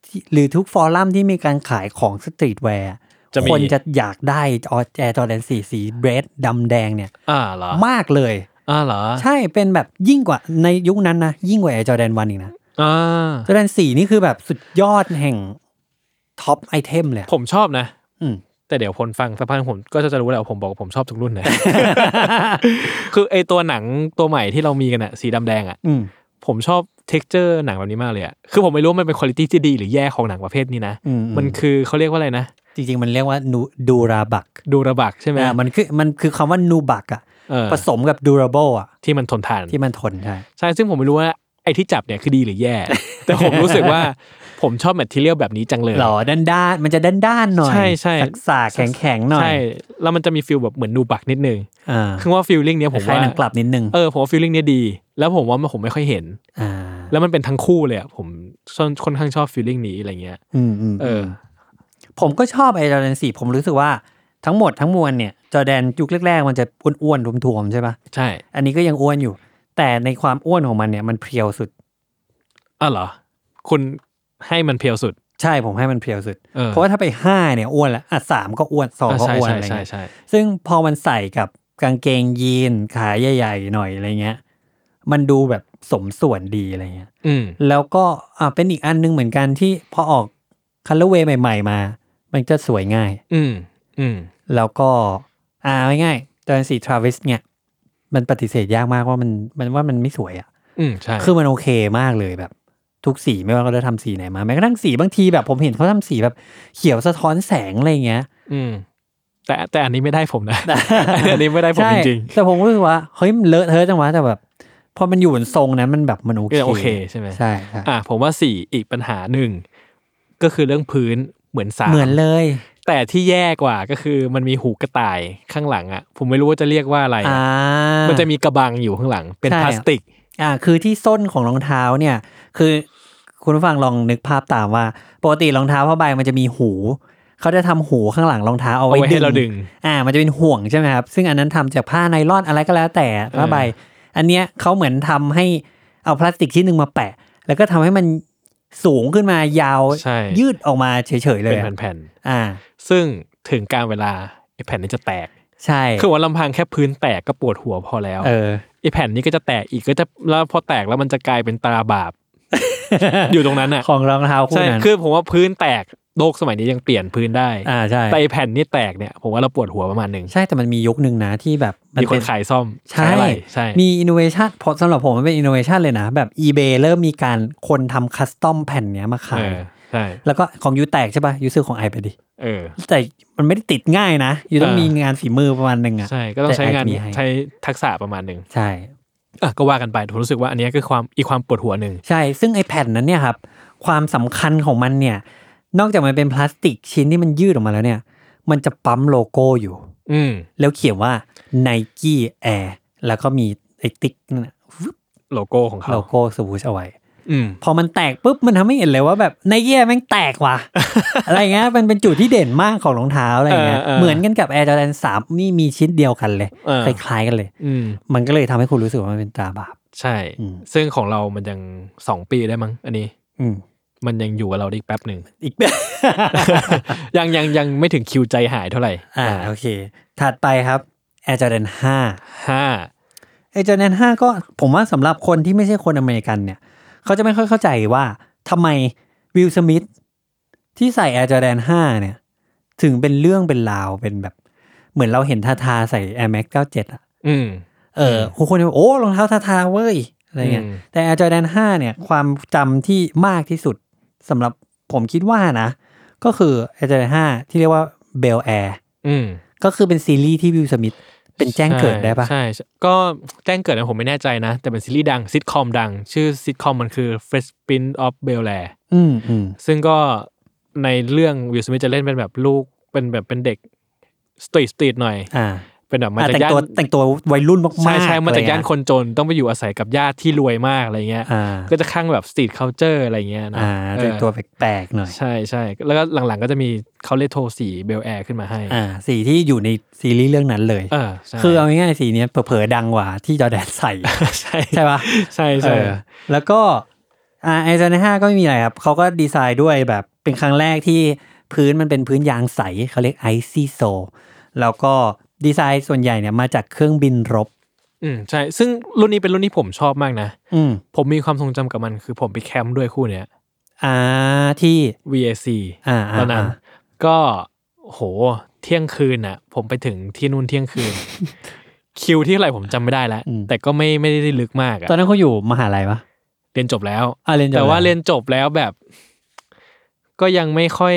ที่หรือทุกฟอรัมที่มีการขายของสตรีทแวร์ จะมี คนจะอยากได้ออแอร์จอแดนสีสีเบรดดำแดงเนี่ย อ่าเหรอ มากเลย อ่าเหรอ ใช่เป็นแบบยิ่งกว่าในยุคนั้นนะ ยิ่งกว่าแอร์จอแดนวันอีกนะ อ่า จอแดนสี่นี่คือแบบสุดยอดแห่งท็อปไอเทมเลยอะ ผมชอบนะ อืม แต่เดี๋ยวคนฟังสักพักผมก็จะรู้แหละว่าผมบอกว่าผมชอบทุกรุ่นนะ คือไอตัวหนังตัวใหม่ที่เรามีกันอะสีดำแดงอะ อืม ผมชอบเท็กเจอร์หนังแบบนี้มากเลยอะคือผมไม่รู้ว่ามันเป็นคุณภาพที่ดีหรือแย่ของหนังประเภทนี้นะ อืม มันคือเขาเรียกว่าอะไรนะ จริงๆ มันเรียกว่านูดูราบัก ดูระบักใช่ไหม มันคือมันคือคำว่านูบักอะ เออ ผสมกับดูราเบิลอะ ที่มันทนทาน ที่มันทนใช่ ใช่ ซึ่งผมไม่รู้ว่าไอ้ที่จับเนี่ยคือดีหรือแย่ แต่ผมรู้สึกว่าผมชอบแมทเทียลแบบนี้จังเลย หรอด้านด้านๆมันจะด้านด้านๆหน่อย ใช่ใช่ สากแข็งแข็งๆหน่อย ใช่ แล้วมันจะมีฟิลแบบเหมือนดูบักนิดนึง อ่า คือว่าฟิลลิ่งเนี้ยผม คล้าย ว่า ๆหนังกลับนิดนึง เออผมว่าฟิลลิ่งเนี้ยดี แล้วผมว่ามันผมไม่ค่อยเห็น อ่า แล้วมันเป็นทั้งคู่เลยอะผมชอบค่อนข้างชอบฟีลลิ่งนี้อะไรเงี้ย อืมอืม เออ ผมก็ชอบไอ้จอร์แดนสี่ผมรู้สึกว่าทั้งหมดทั้งมวลเนี่ยจอร์แดนยุคแรกๆ มันจะอ้วนๆท้วมๆใช่ปะ ใช่ อันนี้ก็ยังอ้วนอยู่ แต่ในความอ้วนของมันเนี่ยมันเพรียวสุด อ้าวเหรอ คุณให้มันเพียวสุด ใช่ผมให้มันเพรียวสุด เออ เพราะว่าถ้าไปห้าเนี่ยอ้วนละอ่ะสามก็อ้วนสองก็อ่ะใช่ อ้วน ใช่ อะไร ใช่ เงี้ย ใช่ ซึ่งพอมันใส่กับกางเกงยีนขาใหญ่ๆหน่อยอะไรเงี้ย มันดูแบบสมส่วนดีอะไรเงี้ย อืม แล้วก็อ่าเป็นอีกอันนึงเหมือนกันที่พอออกคัลเลอร์เวย์ใหม่ ๆ มา มันจะสวยง่าย อืมอืม แล้วก็ อ่าง่ายๆจอร์นสีทราวิสเนี่ย มันปฏิเสธยากมากว่ามันมันว่ามันไม่สวยอะ่ะ อืมใช่ คือมันโอเคมากเลยแบบ ทุกสีไม่ว่าเขาจะทำสีไหนมา แม้กระทั่งสีบางทีแบบผมเห็นเขาทำสีแบบเขียวสะท้อนแสงอะไรเงี้ย อืมแต่แต่อันนี้ไม่ได้ผมนะ อันนี้ไม่ได้ผม ใช่ จริง แต่ผมรู้สึกว่าเฮ้ยมันเลอะเทอะจังวะแต่แบบพอมันอยู่บนทรงนั้นมันแบบมันโอ ๆ เค ก็ยังโอเคใช่ไหม ใช่ใช่ อ่ะผมว่าสี่อีกปัญหาหนึ่งก็คือเรื่องพื้นเหมือนสาม เหมือนเลย แต่ที่แย่กว่าก็คือมันมีหูกระต่ายข้างหลังอ่ะผมไม่รู้ว่าจะเรียกว่าอะไร อ่า อะ มั นจะมีกระบังอยู่ข้างหลัง เป็น ใช่ พลาสติก อ่าคือที่ส้นของรองเท้าเนี่ย คือคุณผู้ฟังลองนึกภาพตามว่าปกติรองเท้าผ้าใบมันจะมีหู เขาจะทำหูข้างหลังรองเท้าเอาไว้ เอาไว้ให้เราดึง อ่า มันจะเป็นห่วงใช่ไหมครับ ซึ่งอันนั้นทำจากผ้าไนลอนอะไรก็แล้วแต่ผ้าใบ อันเนี้ยเขาเหมือนทำให้เอาพลาสติกชิ้นหนึ่งมาแปะ แล้วก็ทำให้มันสูงขึ้นมายาว ใช่ ยืดออกมาเฉยๆเลย เป็น อะ แผ่น อ่า ๆซึ่งถึงการเวลาไอ้แผ่นนี้จะแตก ใช่ คือว่าลำพังแค่พื้นแตกก็ปวดหัวพอแล้ว เออ ไอแผ่นนี้ก็จะแตกอีกก็จะแล้วพอแตกแล้วมันจะกลายเป็นตราบาป อยู่ตรงนั้นอ่ะ ของรองเท้าคู่ ใช่ นั้น คือผมว่าพื้นแตกโลกสมัยนี้ยังเปลี่ยนพื้นได้ อ่าใช่ แต่ไอ้แผ่นนี้แตกเนี่ยผมว่าเราปวดหัวประมาณหนึ่ง ใช่แต่มันมียุคหนึ่งนะที่แบบมั มีค เป็น น ขายซ่อม ใช่ ขายอะไรใช่ มีอินโนเวชันพอสำหรับผมมันเป็นอินโนเวชันเลยนะ แบบ eBay เริ่มมีการคนทำคัสตอมแผ่นเนี้ยมา เอ ขาย อใช่ แล้วก็ของยูแตกใช่ปะ่ะยูซื้อของไอไปดิ เออ แต่มันไม่ได้ติดง่ายนะยูต้อง เออ มีงานฝีมือประมาณหนึ่งอะ ใช่ก็ต้องใช้งาน แ IP ให้ ใช้ทักษะประมาณหนึ่ง ใช่ อ่ะก็ว่ากันไปผมรู้สึกว่าอันเนี้ยคือความอีกความปวดหัวหนึ่ง ใช่ ซึ่งไอแผ่นนั้นเนี่ยครับ ความสำคัญของมันเนี่ย นอกจากมันเป็นพลาสติกชิ้นที่มันยืดออกมาแล้วเนี่ย มันจะปั๊มโลโก้อยู่ อืม แล้วเขียนว่า Nike Air แล้วก็มีไอติ๊กนั่นน่ะ โลโก้ของเขา โลโก้สวูชเอาไว้ อืม พอมันแตกปุ๊บมันทำให้เห็นเลยว่าแบบไนเกียแม่งแตก ว่ะ อะไรเงี้ยมันเป็นจุดที่เด่นมากของรองเท้าอะไรเงี้ยเหมือนกันกับ Air Jordan 3 นี่มีชิ้นเดียวกันเลย เออ คล้ายๆกันเลย อืม มันก็เลยทำให้คุณรู้สึกว่ามันเป็นตราบาป ใช่ อืม ซึ่งของเรามันยังสองปีได้มั้ง อันนี้ อืม มันยังอยู่กับเราได้อีกแป๊บหนึ่ง อีก ยังยังยังไม่ถึงคิวใจหายเท่าไหร่ อ่าโอเค ถัดไปครับ Air Jordan ห้า 5 Air Jordan 5 ก็ผมว่าสำหรับคนที่ไม่ใช่คนอเมริกันเนี่ย เขาจะไม่ค่อยเข้าใจว่าทำไมวิลสมิธที่ใส่ Air Jordan 5 เนี่ย ถึงเป็นเรื่องเป็นราวเป็นแบบ เหมือนเราเห็นทาทาใส่ Air Max 97อะ อืม เออคุณคนจะบอกโอ้รองเท้าทาทาเว้ยอะไรเงี้ย อืม แต่ Air Jordan 5 เนี่ย ความจำที่มากที่สุดสำหรับผมคิดว่านะ ก็คือ Air Jordan 5 ที่เรียกว่า Bel Air อืม ก็คือเป็นซีรีส์ที่วิลสมิธเป็นแจ้งเกิดได้ปะ ใช่ใช่ก็แจ้งเกิดนะผมไม่แน่ใจนะ แต่เป็นซีรีส์ดังซิทคอมดัง ชื่อซิทคอมมันคือ Fresh Prince of Bel Air อืมอืม ซึ่งก็ในเรื่องวิลสมิธจะเล่นเป็นแบบลูกเป็นแบบเป็นเด็กสตรีทสตรีทหน่อย อ่า เป็นแบบมา อ่ะ จาก แต่ง ย่าน ตัวแต่งตัววัยรุ่นมากๆ ใช่ใช่มาจาก อะไร ย่าน เงี้ คนจนต้องไปอยู่อาศัยกับญาติที่รวยมากอะไรเงี้ย อ่า ก็จะข้างแบบสตรีทเคาน์เตอร์อะไรเงี้ยนะ อ่า เอ แต่ง อ ตัวแปลกๆหน่อย ใช่ใช่แล้วก็หลังๆก็จะมีเขาเลโทสีเบลแอร์ขึ้นมาให้ อ่าสีที่อยู่ในซีรีส์เรื่องนั้นเลย เออใช่ คือเอาง่ายๆสีเนี้ยเผลอๆดังกว่าที่จอร์แดนใส่ ใช่ ใช่ปะ ใช่ใช่ เออแล้วก็อ่าไอโซนห้าก็ไม่มีอะไรครับเขาก็ดีไซน์ด้วยแบบเป็นครั้งแรกที่พื้นมันเป็นพื้นยางใสเขาเรียกไอซี่โซแล้วก็ดีไซน์ส่วนใหญ่เนี่ยมาจากเครื่องบินรบ อืมใช่ซึ่งรุ่นนี้เป็นรุ่นที่ผมชอบมากนะ อืม ผมมีความทรงจำกับมันคือผมไปแคมป์ด้วยคู่เนี้ย อ่าที่ VAC อ่า ตอนนั้น อ่า ก็โหเที่ยงคืนน่ะ ผมไปถึงที่นู่นเที่ยงคื น คิวที่เท่าไหร่ผมจำไม่ได้แล้ว แต่ก็ไม่ไม่ได้ลึกมากอะ ตอนนั้นเขาอยู่มหาลัยปะ เรียนจบแล้ว อ่าเรียนจบ แต่ว่า ล้ เรียนจบแล้วแบบ ก็ยังไม่ค่อย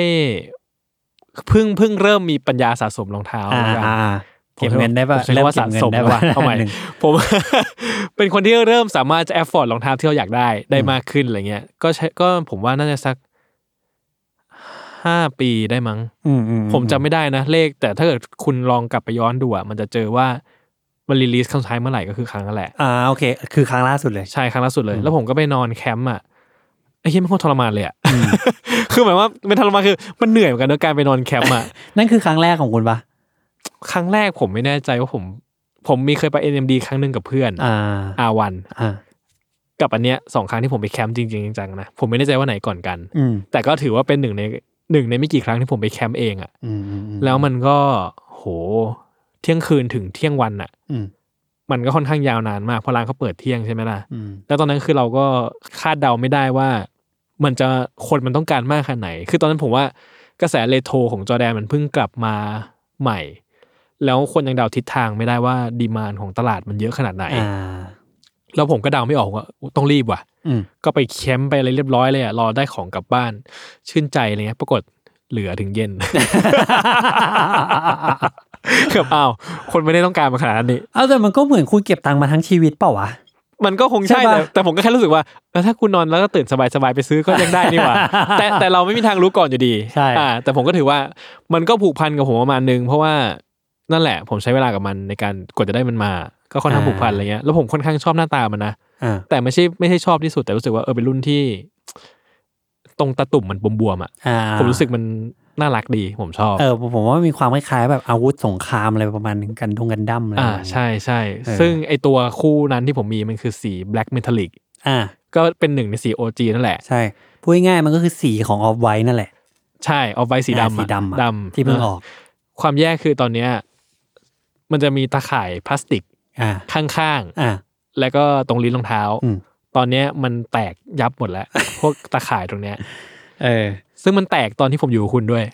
เพิ่งเพิ่งเริ่มมีปัญญาสะสมรองเท้า อ่า แล้วกัน อ่าอ่าเก็บเงินได้ปะ ผมใช้คำว่าสะสมได้ปะเอาใหม่ หนึ่ง ผม เป็นคนที่เริ่มสามารถจะแอฟฟอร์ดรองเท้าที่เราอยากได้ได้มากขึ้นอะไรเงี้ย ก็ใช้ก็ผมว่าน่าจะสักห้าปีได้มั้ง อืมอือื ผมจำไม่ได้นะเลข แต่ถ้าเกิดคุณลองกลับไปย้อนดูอะมันจะเจอว่ามันรีลีสครั้งสุดท้ายเมื่อไหร่ก็คือครั้งนั้นแหละ อ่าโอเค คือครั้งล่าสุดเลย ใช่ครั้งล่าสุดเลย แล้วผมก็ไปนอนแคมป์อ่ะไอ้เหี้ยมันโคตรทรมานเลยอ่ะ คือหมายว่ามันทรมานคือมันเหนื่อยเหมือนกันนะการไปนอนแคมป์อ่ะ นั่นคือครั้งแรกของคุณปะ ครั้งแรกผมไม่แน่ใจว่าผม ผมมีเคยไป NMD ครั้งหนึ่งกับเพื่อน อ่า อาวัน อ่า กับอันเนี้ยสองครั้งที่ผมไปแคมป์จริงๆจังๆนะผมไม่แน่ใจว่าไหนก่อนกัน อืม แต่ก็ถือว่าเป็นหนึ่งในหนึ่งในไม่กี่ครั้งที่ผมไปแคมป์เองอะ่ะ อืมอืมอืม แล้วมันก็โหเที่ยงคืนถึงเที่ยงวันอ่ะ อืม มันก็ค่อนข้างยาวนานมากเพราะร้านเขาเปิดเที่ยงใช่ไหมล่ะ อืม แล้วตอนนั้นคือเราก็คาดเดาไม่ได้ว่า มันจะคนมันต้องการมากขนาดไหน คือตอนนั้นผมว่ากระแสเลโทรของจอร์แดนมันเพิ่งกลับมาใหม่ แล้วคนยังเดาทิศทางไม่ได้ว่าดีมานของตลาดมันเยอะขนาดไหน อ่า แล้วผมก็เดาไม่ออกว่าต้องรีบว่ะ อืม ก็ไปแคมป์ไปอะไรเรียบร้อยเลยอะรอได้ของกลับบ้าน ชื่นใจอะไรเงี้ยปรากฏเหลือถึง เย็น แบบอ้าวคนไม่ได้ต้องการมาขนาดนี้ เอาแต่มันก็เหมือนคุณเก็บตังค์มาทั้งชีวิตเปล่าวะ มันก็คงใช่ ใช่ปะ แต่แต่ผมก็แค่รู้สึกว่าเออถ้าคุณนอนแล้วก็ตื่นสบายๆไปซื้อก็ยังได้ นี่หว่า แต่แต่เราไม่มีทางรู้ก่อนอยู่ดี ใช่ อ่าแต่ผมก็ถือว่ามันก็ผูกพันกับผมประมาณนึงเพราะว่านั่นแหละ ผมใช้เวลากับมันในการกว่าจะได้มันมา ก็ค่อนข้างผูกพันอะไรเงี้ยแล้วผมค่อนข้างชอบหน้าตามันนะ อ่า แต่ไม่ใช่ไม่ใช่ชอบที่สุดแต่รู้สึกว่าเออเป็นรุ่นที่ ตรงตะตุ่มมันบวมๆอ่ะ อ่า ผมรู้สึกมันน่ารักดีผมชอบ เออผมผมว่ามีความคล้ายๆแบบอาวุธสงครามอะไรประมาณนึงกันทงกันดั้มอะไรประ ่า มาณนี้ ใช่ใช่ เออ ซึ่งไอตัวคู่นั้นที่ผมมีมันคือสี black metallic อ่า ก็เป็นหนึ่งในสี OG นั่นแหละ ใช่ พูดง่ายๆมันก็คือสีของออฟไว้นั่นแหละ ใช่เอาไว้สีดำ อ่า อะ สีดำอะ ดำ ที่เพิ่งออก ความแย่คือตอนเนี้ยมันจะมีตาข่ายพลาสติก อ่า ข้าง อ่า ๆ แล้วก็ตรงลิ้นรองเท้า อืม ตอนเนี้ยมันแตกยับหมดแล้ว พวกตาข่ายตรงเนี้ย เออ ซึ่งมันแตกตอนที่ผมอยู่กับคุณด้วย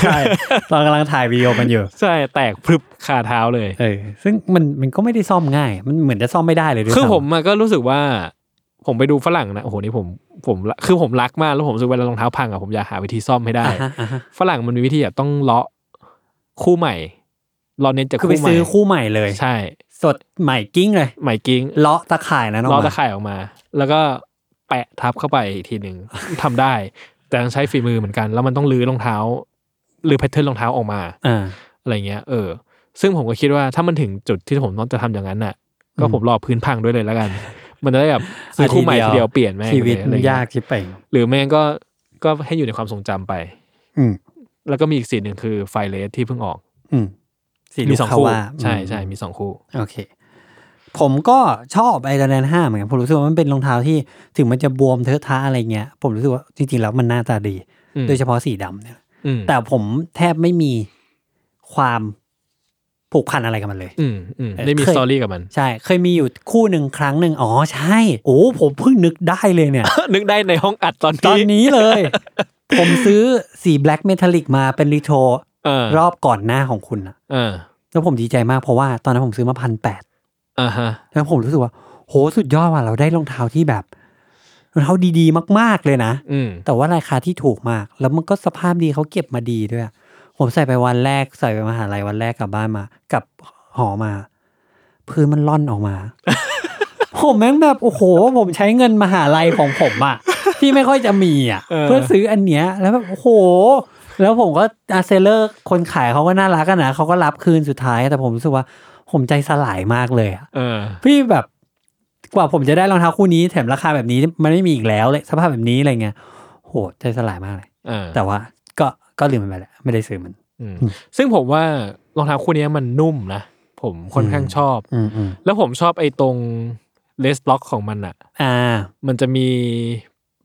ใช่ ตอนกำลังถ่ายวิดีโอมันอยู่ ใช่แตกพรึบคาเท้าเลย เออ ซึ่งมันมันก็ไม่ได้ซ่อมง่าย มันเหมือนจะซ่อมไม่ได้เลยด้วย คือผม ซ้ำ อะก็รู้สึกว่า ผมไปดูฝรั่งนะโอ้โหนี่ผมผมละคือผมรักมากแล้วผมรู้สึกเวลารองเท้าพังอะผมอยากหาวิธีซ่อมให้ได้ อ่าฮะอ่าฮะ ฝรั่งมันมีวิธีแบบต้องเลาะคู่ใหม่เลาะเน้นจาก คือ คู่ ไป ใหม่ ซื้อคู่ใหม่เลย ใช่ สดใหม่กิ้งเลย ใหม่กิ้ง เลาะตะข่ายนะน้อง เลาะตะข่ายออกมา แล้วก็แปะทับเข้าไปอีกทีหนึ่ง ทำได้ แต่ต้องใช้ฝีมือเหมือนกัน แล้วมันต้องลื้อรองเท้าหรือแพทเทิร์นรองเท้าออกมา อ่า อะไรเงี้ย เออ ซึ่งผมก็คิดว่าถ้ามันถึงจุดที่ผมต้องจะทำอย่างนั้นน่ะ ก็ผมรอพื้นพังด้วยเลย แล้วกัน มันจะได้แบบซื้อคู่ใหม่ทีเดียวเปลี่ยนแม่ง ชีวิต เล มั อะไร น เงี้ ยากที่ไป หรือแม่งก็ก็ให้อยู่ในความทรงจำไป อืม แล้วก็มีอีกสีหนึ่งคือไฟเลสที่เพิ่งออก อืม มีสองคู่ ลูกาว่า ใช่ อืม ใช่มีสองคู่ โอเค ผมก็ชอบไอรอนแนห้าเหมือนกันผมรู้สึกว่ามันเป็นรองเท้าที่ถึงมันจะบวมเทอะทะอะไรเงี้ย ผมรู้สึกว่าจริงๆแล้วมันหน้าตาดี อืม โดยเฉพาะสีดำเนี่ย อืม แต่ผมแทบไม่มีความผูกพันอะไรกับมันเลย อืมอืม เอ่อ ได้มี เคย สตอรี่กับมัน ใช่ เคยมีอยู่คู่หนึ่งครั้งหนึ่งอ๋อใช่ โอ้ผมเพิ่งนึกได้เลย เนี่ย นึกได้ในห้องอัดตอน ตอน นี้ นี้เลย ผมซื้อสีแบล็กเมทัลลิกมาเป็นรีโทร เออ รอบก่อนหน้าของคุณอะ เออ แล้วผมดีใจมากเพราะว่าตอนนั้นผมซื้อมาพันแปด อ่าฮะ แล้วผมรู้สึกว่า โหสุดยอดว่ะเราได้รองเท้าที่แบบรองเท้าดีๆ มากๆเลยนะ อืม แต่ว่าราคาที่ถูกมาก แล้วมันก็สภาพดีเขาเก็บมาดีด้วยอะผมใส่ไปวันแรกใส่ไปมหาลัยวันแรกกลับบ้านมา กลับหอมา พื้นมันล่อนออกมา ผมแม่งแบบโอ้โห ผมใช้เงินมหาลัยของผมอะที่ไม่ค่อยจะมีอะ เออ เพื่อซื้ออันเนี้ย แล้วแบบโอ้โห แล้วผมก็อาเซเลอร์คนขายเขาก็น่ารักอะนะเขาก็รับคืนสุดท้าย แต่ผมรู้สึกว่าผมใจสลายมากเลยอะ เออ พี่แบบกว่าผมจะได้รองเท้าคู่นี้แถมราคาแบบนี้มันไม่มีอีกแล้วเลยสภาพแบบนี้อะไรเงี้ยโหใจสลายมากเลย เออ แต่ว่าก็ก็ลืมมันไปแหละไม่ได้ซื้อมัน อืมซึ่งผมว่ารองเท้าคู่เนี้ยมันนุ่มนะ ผมค่อนข้างชอบ อืมอืม แล้วผมชอบไอ้ตรงเลสล็อกของมันอ่ะ อ่า มันจะมี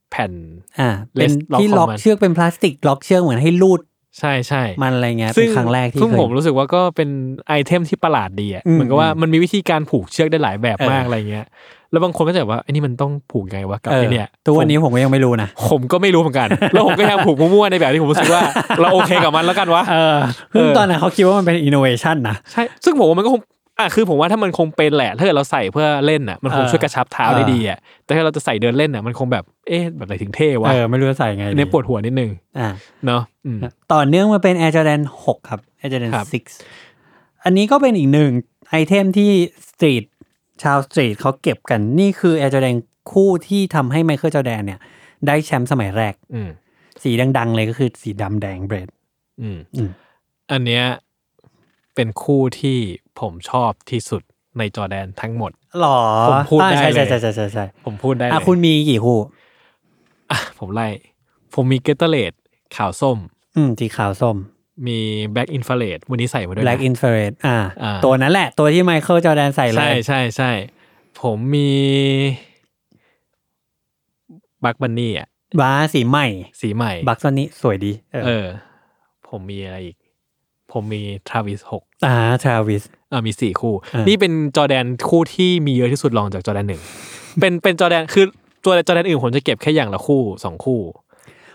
แผ่น อ่าเป็น Less lock ที่ล็อก ของมัน เชือกเป็นพลาสติกล็อกเชือกเหมือนให้ลูด ใช่ใช่ มันอะไรเงี้ย ซึ่ เป็นครั้งแรกที่ ซึ่ง เคย ผมรู้สึกว่าก็เป็นไอเทมที่ประหลาดดีอ่ะ อืม เหมือนกับว่ามันมีวิธีการผูกเชือกได้หลายแบบมาก เอออ อะไรเงี้ย แล้วบางคนก็จะแบบว่าไอ้นี่มันต้องผูกไงวะกับ เออ ไอ้เนี่ย ตัววันนี้ ผม ผมก็ยังไม่รู้นะ ผมก็ไม่รู้เหมือนกัน แล้วผมก็พยายามผูกมั่วๆในแบบที่ผมรู้สึกว่า เราโอเคกับมันแล้วกันวะ เออซึ่ง เออ ตอนนั้นเขาคิดว่ามันเป็นอินโนเวชันนะ ใช่ ซึ่งผมว่ามันก็คงอ่ะคือผมว่าถ้ามันคงเป็นแหละ ถ้าเกิดเราใส่เพื่อเล่นอ่ะ มันคง เออ ช่วยกระชับเท้าได้ดีอ่ะ แต่ถ้าเราจะใส่เดินเล่นอ่ะ มันคงแบบ เอ๊ะ แบบไหนถึงเท่วะ เออ ไม่รู้จะใส่ไง ในยปวดหัวนิดนึง อ่า เนาะอืม ต่อเนื่องมาเป็น Air Jordan 6 ครับ Air Jordan ครับ 6 อันนี้ก็เป็นอีกหนึ่งไอเทมที่สตรีทชาวสตรีทเขาเก็บกันนี่คือ Air Jordan คู่ที่ทำให้ไมเคิลจอแดนเนี่ย ได้แชมป์สมัยแรก อืม สีดัง ๆ เลยก็คือสีดำแดงเบรด อืม อืม อันเนี้ยเป็นคู่ที่ผมชอบที่สุดในจอแดนทั้งหมด หรอ ผมพูดได้เลย อ่าใช่ใช่ใช่ใช่ใช่ใช่ ผมพูดได้เลย อ่ะคุณมีกี่คู่ อ่ะผมไล่ ผมมีเกตเตอร์เลดขาวส้ม อืมสีขาวส้ม มีแบ็กอินฟ a าเรดวันนี้ใส่มาด้วยนะ Black Infrared อ่า อ่า ตัวนั้นแหละ ตัวที่ไมเคิลจอแดนใส่เล ใช่ ย ใช่ใช่ผมมีบักบันนี่อ่ะ บาสีใหม่ สีใหม่ บักซอนนี้สวยดี เออ เออ ผมมีอะไรอีก ผมมีทราวิสหก อ่าทราวิส อ่ามีสี่คู่ อ่านี่ นี่เป็นจอร์แดนคู่ที่มีเยอะที่สุดรองจากจอร์แดนหนึ่ง เป็นเป็นจอร์แดนคือตัวจอร์แดนอื่นผมจะเก็บแค่อย่างละคู่สองคู่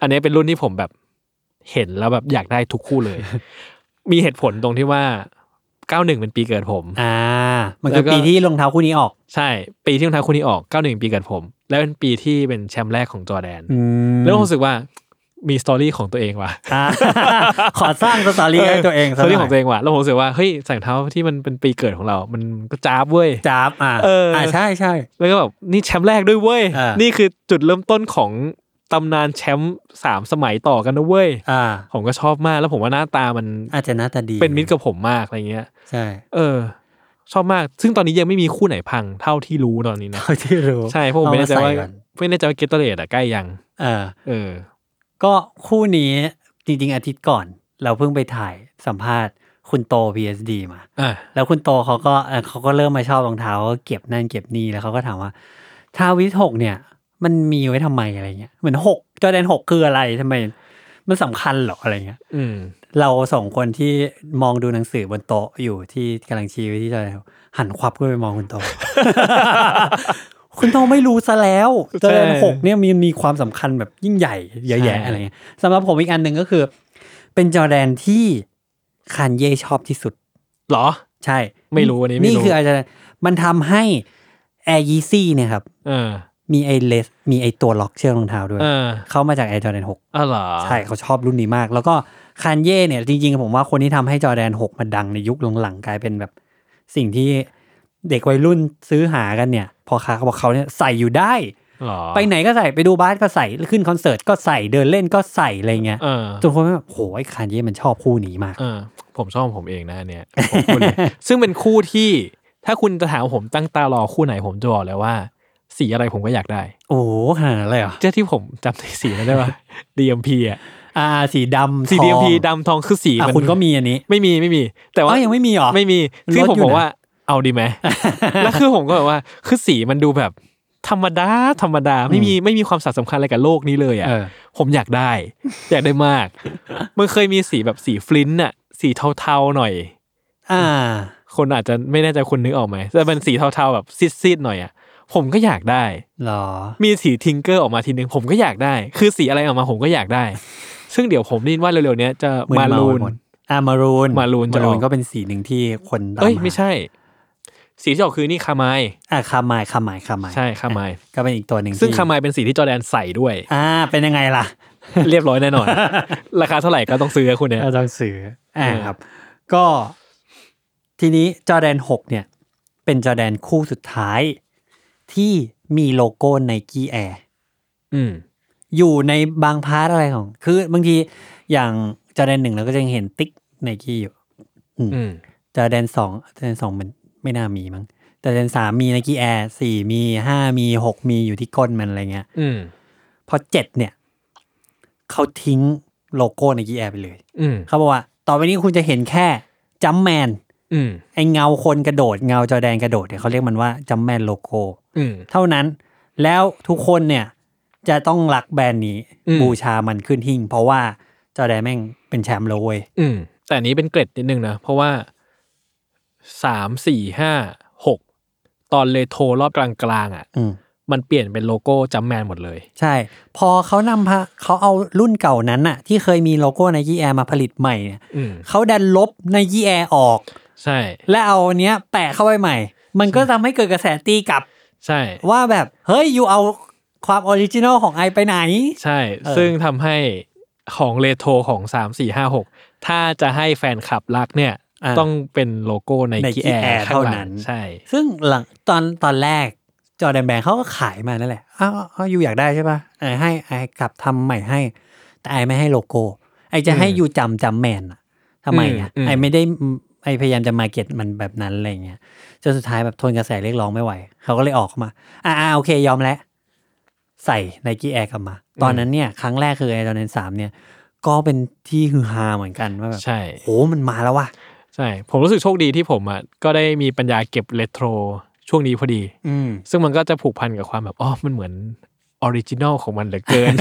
อันนี้เป็นรุ่นที่ผมแบบเห็นแล้วแบบอยากได้ทุกคู่ เลย มีเหตุผลตรงที่ว่าเก้าหนึ่งเป็นปีเกิดผม อ่า มัน แล้ คือ วก็ ปีที่รองเท้าคู่นี้ออก ใช่ ปีที่รองเท้าคู่นี้ออกเก้าหนึ่งปีเกิดผม แล้วเป็นปีที่เป็นแชมป์แรกของจอร์แดน อืม แล้วรู้สึกว่ามีสตอรี่ของตัวเองว่ะ อ่า ขอสร้างสตอรี่ให้ตัวเอง สตอรี่ ซะหน่ย ของตัวเองว่ะแล้วผมรู้สึกว่าเฮ้ยใส่รองเท้าที่มันเป็นปีเกิดของเรา มันก็จ้าบเว้ย จ้าบอ่า เอออ่ ใช่ใช่ แล้วก็แบบนี่แชมป์แรกด้วยเว้ย อ่านี่ นี่คือจุดเริ่มต้นของตำนานแชมป์สามสมัยต่อกันนะเว้ย อ่า ผมก็ชอบมากแล้วผมว่าหน้าตามัน อาจจะหน้าตาดี เป็นมิตรกับผมมากอะไรเงี้ย ใช่ เออ ชอบมาก ซึ่งตอนนี้ยังไม่มีคู่ไหนพังเท่าที่รู้ตอนนี้นะ เท่าที่รู้ ใช่เพราะผมไม่แน่ใจ เอ ว่า ส่ก่อน ไม่แน่ใจว่าเกตเตอร์เลดอะใกล้ยัง เออ เออ ก็คู่นี้จริง ๆ อาทิตย์ก่อน เราเพิ่งไปถ่ายสัมภาษณ์คุณโต PSD มา อ่ะ แล้วคุณโตเขาก็เอ่อเขาก็เริ่มมาชอบรองเท้าก็เก็บนั่นเก็บนี่แล้วเขาก็ถามว่าทาวิสหกเนี่ย มันมีไว้ทำไมอะไรเงี้ยเหมือนหกจอแดนหกคืออะไรทำไม มันสำคัญเหรออะไรเงี้ย อืม เราสองคนที่มองดูหนังสือบนโต๊ะอยู่ที่กำลังชี้ไปที่จอแดนหันควับขึ้นไปมองคุณโต คุณโตไม่รู้ซะแล้วจอแดนหกเนี่ยมีมีความสำคัญแบบยิ่งใหญ่เยอะแยะ ใช่ อะไรเงี้ยสำหรับผมอีกอันหนึ่งก็คือ เป็นจอแดนที่คานเย่ชอบที่สุด เหรอ ใช่ ไม่รู้อันนี้ไม่รู้ คืออาจจะมันทำให้ Air Yeezy เนี่ยครับ เออ มีไอเลสมีไอตัวล็อกเชือกรองเท้าด้วย เออ เข้ามาจาก Air Jordan อ๋อเหรอ 6 ใช่เขาชอบรุ่นนี้มาก แล้วก็คานเย่เนี่ย จริงๆ ผมว่าคนที่ทำให้จอแดน 6 มันดังในยุคหลังๆ กลายเป็นแบบ สิ่งที่เด็กวัยรุ่นซื้อหากันเนี่ย พอค้าเขาบอกเขาเนี่ยใส่อยู่ได้ เหรอ ไปไหนก็ใส่ไปดูบาสก็ใส่ขึ้นคอนเสิร์ตก็ใส่เดินเล่นก็ใส่อะไรเงี้ย เออ จนคนแบบโหไอคานเย่มันชอบคู่นี้มาก เออผมชอบของผมเองนะอันเนี่ยผมพูดเลย ซึ่งเป็นคู่ที่ถ้าคุณจะถามผมตั้งตารอคู่ไหนผมจะบอกเลยว่า สีอะไรผมก็อยากได้ โอ้โหขนาดนั้นเลยเหรอ เจ้าที่ผมจำได้สีนั้น ได้ปะ DMP อ่ะ อ่าสีดำ สี ทอง DMP ดำทองคือสี อ่ะ มัน คุณก็มีอันนี้ ไม่มีไม่มี แต่ว่า อ้าวยังไม่มีเหรอ ไม่มี มันลด ซึ่งผม อยู่ บอก นะ ว่าเอาดีไห ม แล้วคือผมก็แบบว่าคือสีมันดูแบบ ธรรมดาธรรมดาไม่มีไม่มีความสำคัญอะไรกับโลกนี้เลยอ่ะ เออ ผมอยากได้ อยากได้มาก มันเคยมีสีแบบสีฟลินต์อ่ะสีเทาๆหน่อย อ่า คนอาจจะไม่แน่ใจคุณนึกออกไหมแต่เป็นสีเทาๆแบบซีดๆหน่อยอ่ะผมก็อยากได้ หรอ มีสีทิงเกอร์ออกมาทีนึงผมก็อยากได้ คือสีอะไรออกมาผมก็อยากได้ ซึ่งเดี๋ยวผมได้ยินว่าเร็วๆเนี้ยจะ เหมือน มาลูน หมด อ่ามารูน มารูนจะออก ก็เป็นสีหนึ่งที่คนตา เอ้ย หา ไม่ใช่ สีที่ออกคือนี่คามาย อ่าคามายคามายคามาย ใช่คามาย ก็เป็นอีกตัวหนึ่ง ซึ่ง ที่ คามายเป็นสีที่จอร์แดนใส่ ด้วย อ่า เป็นยังไงล่ะ เรียบร้อยแน่นอน ราคาเท่าไหร่ก็ต้องซื้อคุณเนี่ย อาจารย์สืออ่า เออ ครับ ก็ทีนี้จอแดนหกเนี่ย เป็นจอแดนคู่สุดท้าย ที่มีโลโก้ไนกี้แอร์ อืม อยู่ในบางพาร์ทอะไรของ คือบางทีอย่าง จอแดนหนึ่งเราก็จะยังเห็นติ๊กไนกี้อยู่ อืม จอแดนสองจอแดนสองมันไม่น่ามีมั้งจอแดนสามมีไนกี้แอร์สี่มีห้ามีหกมีอยู่ที่ก้นมันอะไรเงี้ย อืม พอเจ็ดเนี่ย เขาทิ้งโลโก้ไนกี้แอร์ไปเลย อืม เขาบอกว่า ต่อไปนี้คุณจะเห็นแค่จัมแมน อืม ไอเงาคนกระโดดเงาจอแดนกระโดดเนี่ยเขาเรียกมันว่าจัมแมนโลโก้ อืม เท่านั้นแล้วทุกคนเนี่ยจะต้องรักแบรนด์นี้ อืม บูชามันขึ้นหิ่ง เพราะว่าจอแดนแม่งเป็นแชมป์เลยเว้ย อืมแต่อันนี้เป็นเกร็ดนิดนึงนะ เพราะว่าสามสี่ห้าหกตอนเลโทรรอบกลางๆอ่ะ อืม มันเปลี่ยนเป็นโลโก้จัมแมนหมดเลย ใช่ พอเขานำพาเขาเอารุ่นเก่านั้นน่ะ ที่เคยมีโลโก้ไนกี้แอร์มาผลิตใหม่เนี่ย อืม เขาดันลบไนกี้แอร์ออก ใช่ และเอาอันเนี้ยแปะเข้าไปใหม่ มันก็ทำให้เกิดกระแสตีกลับ ใช่ ว่าแบบเฮ้ยอยู่เอาความออริจินอลของไอไปไหน ใช่ เออ ซึ่งทำให้ของเลโทรของสามสี่ห้าหกถ้าจะให้แฟนคลับรักเนี่ย ต้องเป็นโลโก้ใน Nike กีแอ Air ร์ข้างหลั เท่านั้ ง น ใช่ ซึ่งหลังตอนตอนแรกจอแดนแบงเขาก็ขายมานั่นแหละอ้าวอ้าวยูอยากได้ใช่ปะไอให้ไอกลับทำใหม่ให้ แต่ไอไม่ให้โลโก้ ไอจะให้ อืม ยูจำจำแมนอะทำไมอะ อืมอืม ไอไม่ได้ไอพยายามจะมาเก็ตมันแบบนั้นอะไรเงี้ยจนสุดท้ายแบบทนกระแสเรียกร้องไม่ไหว เขาก็เลยออกมา อ่าโอเคยอมแล้ว ใส่ไนกี้แอร์กลับมา ตอนนั้นเนี่ย ครั้งแรกคือไอตอนนั้นสามเนี่ย ก็เป็นที่ฮือฮาเหมือนกันว่าแบบ ใช่ โหมันมาแล้วว่ะ ใช่ ผมรู้สึกโชคดีที่ผมอ่ะก็ได้มีปัญญาเก็บเลโทรช่วงนี้พอดี อืม ซึ่งมันก็จะผูกพันกับความแบบอ๋อมันเหมือนออริจินอลของมันเหลือเกิน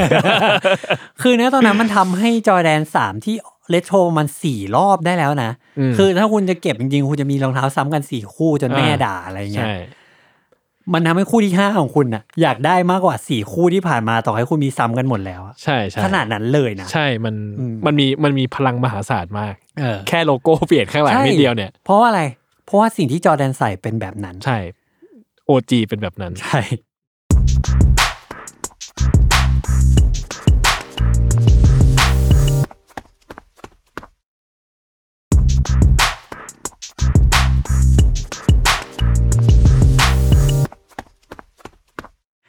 คือเนื้อตอนนั้นมันทำให้จอแดนสามที่เลโทรมันสี่รอบได้แล้วนะ อืม คือถ้าคุณจะเก็บจริงๆ คุณจะมีรองเท้าซ้ำกันสี่คู่จนแม่ อ่า ด่าอะไรเงี้ย ใช่ มันทำให้คู่ที่ห้าของคุณน่ะอยากได้มากกว่าสี่คู่ที่ผ่านมาต่อให้คุณมีซ้ำกันหมดแล้วอะ ใช่ใช่ ขนาดนั้นเลยนะ ใช่มัน อืม มันมีมันมีพลังมหาศาลมาก เออ แค่โลโก้เปลี่ยนข้างหลัง ใช่ นิดเดียวเนี่ย เพราะว่าอะไร เพราะว่าสิ่งที่จอแดนใส่เป็นแบบนั้น ใช่ โอจีเป็นแบบนั้น ใช่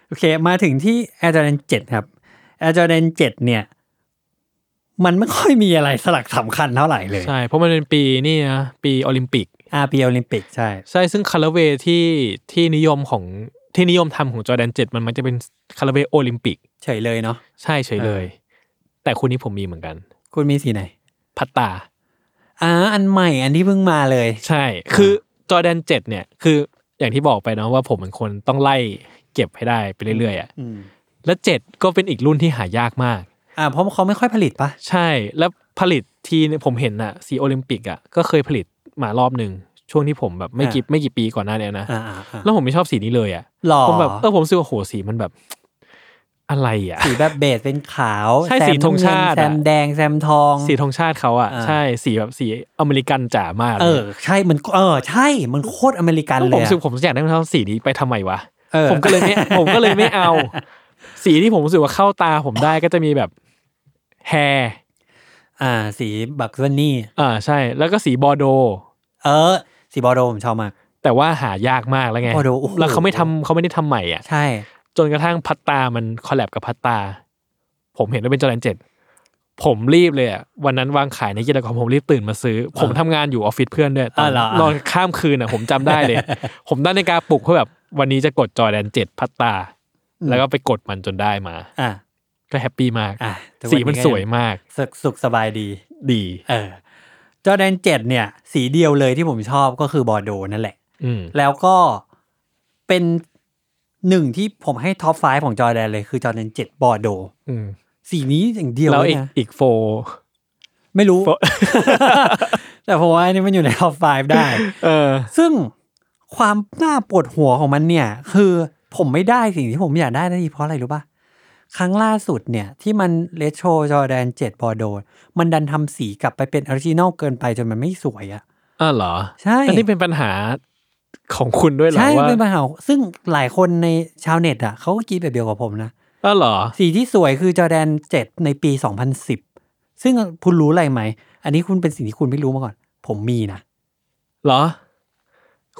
โอเค มาถึงที่ Air Jordan 7 ครับ Air Jordan 7 เนี่ย มันไม่ค่อยมีอะไรสลักสำคัญเท่าไหร่เลย ใช่ เพราะมันเป็นปีนี่นะปีโอลิมปิก อาปีโอลิมปิกใช่ ใช่ซึ่งคาราเวที่ที่นิยมของที่นิยมทำของจอแดนเจ็ดมันมันจะเป็นคาราเวโอลิมปิก เฉยเลยเนาะ ใช่เฉยเลย แต่คู่นี้ผมมีเหมือนกัน คุณมีสีไหน พัตตา อ่าอันใหม่อันที่เพิ่งมาเลย ใช่ คือจอแดนเจ็ดเนี่ย คืออย่างที่บอกไปเนาะว่าผมเป็นคนต้องไล่เก็บให้ได้ไปเรื่อยๆอ่ะ อืม และเจ็ดก็เป็นอีกรุ่นที่หายากมาก อ่าเพราะเขาไม่ค่อยผลิตปะ ใช่ แล้วผลิตทีเนี่ยผมเห็นอะสีโอลิมปิกอะก็เคยผลิตมารอบหนึ่งช่วงที่ผมแบบไม่กี่ไม่กี่ปีก่อนหน้าเนี้ยนะ อ่าอ่าอ่า แล้วผมไม่ชอบสีนี้เลยอะ หล่อ ผมแบบเออผมรู้สึกว่าโหสีมันแบบ อะไรอะ สีแบบเบสเป็นขาว ใช่ แซม สีธงชาติอะ แซมแดงแซมทอง สีธงชาติเขาอะ อ่า ใช่สีแบบสีอเมริกันจ๋ามาก เอ เลย อ ใช่มันเออ ใช่ มันโคตรอเมริกัน แล้ว เล ผม ย รู้ อะ สึกผมอยากได้รองเท้าสีนี้ไปทำไมวะ เออ ผมก็เลยไม่ ผมก็เลยไม่ เอา สีที่ผมรู้สึกว่าเข้าตาผมได้ก็จะมีแบบแฮ อ่า สีบักซันนี่ อ่าใช่ แล้วก็สีบอร์โด เออ สีบอร์โดผมชอบมาก แต่ว่าหายากมากแล้วไง โอ้โหโอ้โห แล้วเขาไม่ทำเขาไม่ได้ทำใหม่อ่ะ ใช่ จนกระทั่งพัตตามันคอลแลบกับพัตตา ผมเห็นว่าเป็นจอแดนเจ็ด ผมรีบเลยอ่ะ วันนั้นวางขายในกิจกรรมผมรีบตื่นมาซื้อ ผมทำงานอยู่ออฟฟิศเพื่อนด้วยต า อน เหรอ นอนข้ามคืนอ่ะ ผมจำได้ เลย ผมตั้งนาฬิกาปลุกเพื่อแบบวันนี้จะกดจอแดนเจ็ดพัตตา แล้วก็ไปกดมันจนได้มา อ่า ก็แฮปปี้มาก อ่าแต่ สีมันสวย ก็ มาก งสุขสุขสบายดี ดี เออ จอแดนเจ็ดเนี่ย สีเดียวเลยที่ผมชอบก็คือบอร์โดนั่นแหละ อืม แล้วก็เป็นหนึ่งที่ผมให้ท็อปไฟของจอแดนเลยคือจอแดนเจ็ดบอร์โด อืม สีนี้อย่างเดียว แล้ว เลย อีก นะ อีกโฟ ไม่รู้ โฟ แต่ผมว่าอันนี้มันอยู่ใน top 5 ได้ เออ ซึ่งความน่าปวดหัวของมันเนี่ย คือผมไม่ได้สิ่งที่ผมอยากได้ทันทีเพราะอะไรรู้ป่ะ ครั้งล่าสุดเนี่ย ที่มันเลโ r รจอแดนเจ็ดบอร์โดมันดันทำสีกลับไปเป็นออริจินอลเกินไปจนมันไม่สวยอะ อ้าวเหรอ ใช่ อันนี้เป็นปัญหาของคุณด้วยเหรอ ใช่ ว่า เป็นปัญหาซึ่งหลายคนในชาวเน็ตอะเขาก็คิดแบบเดียวกับผมนะ อ้าวเหรอ สีที่สวยคือจอแดนเจ็ดในปี 2010 ซึ่งคุณรู้อะไรไหม อันนี้คุณเป็นสิ่งที่คุณไม่รู้มาก่อน ผมมีนะ เหรอ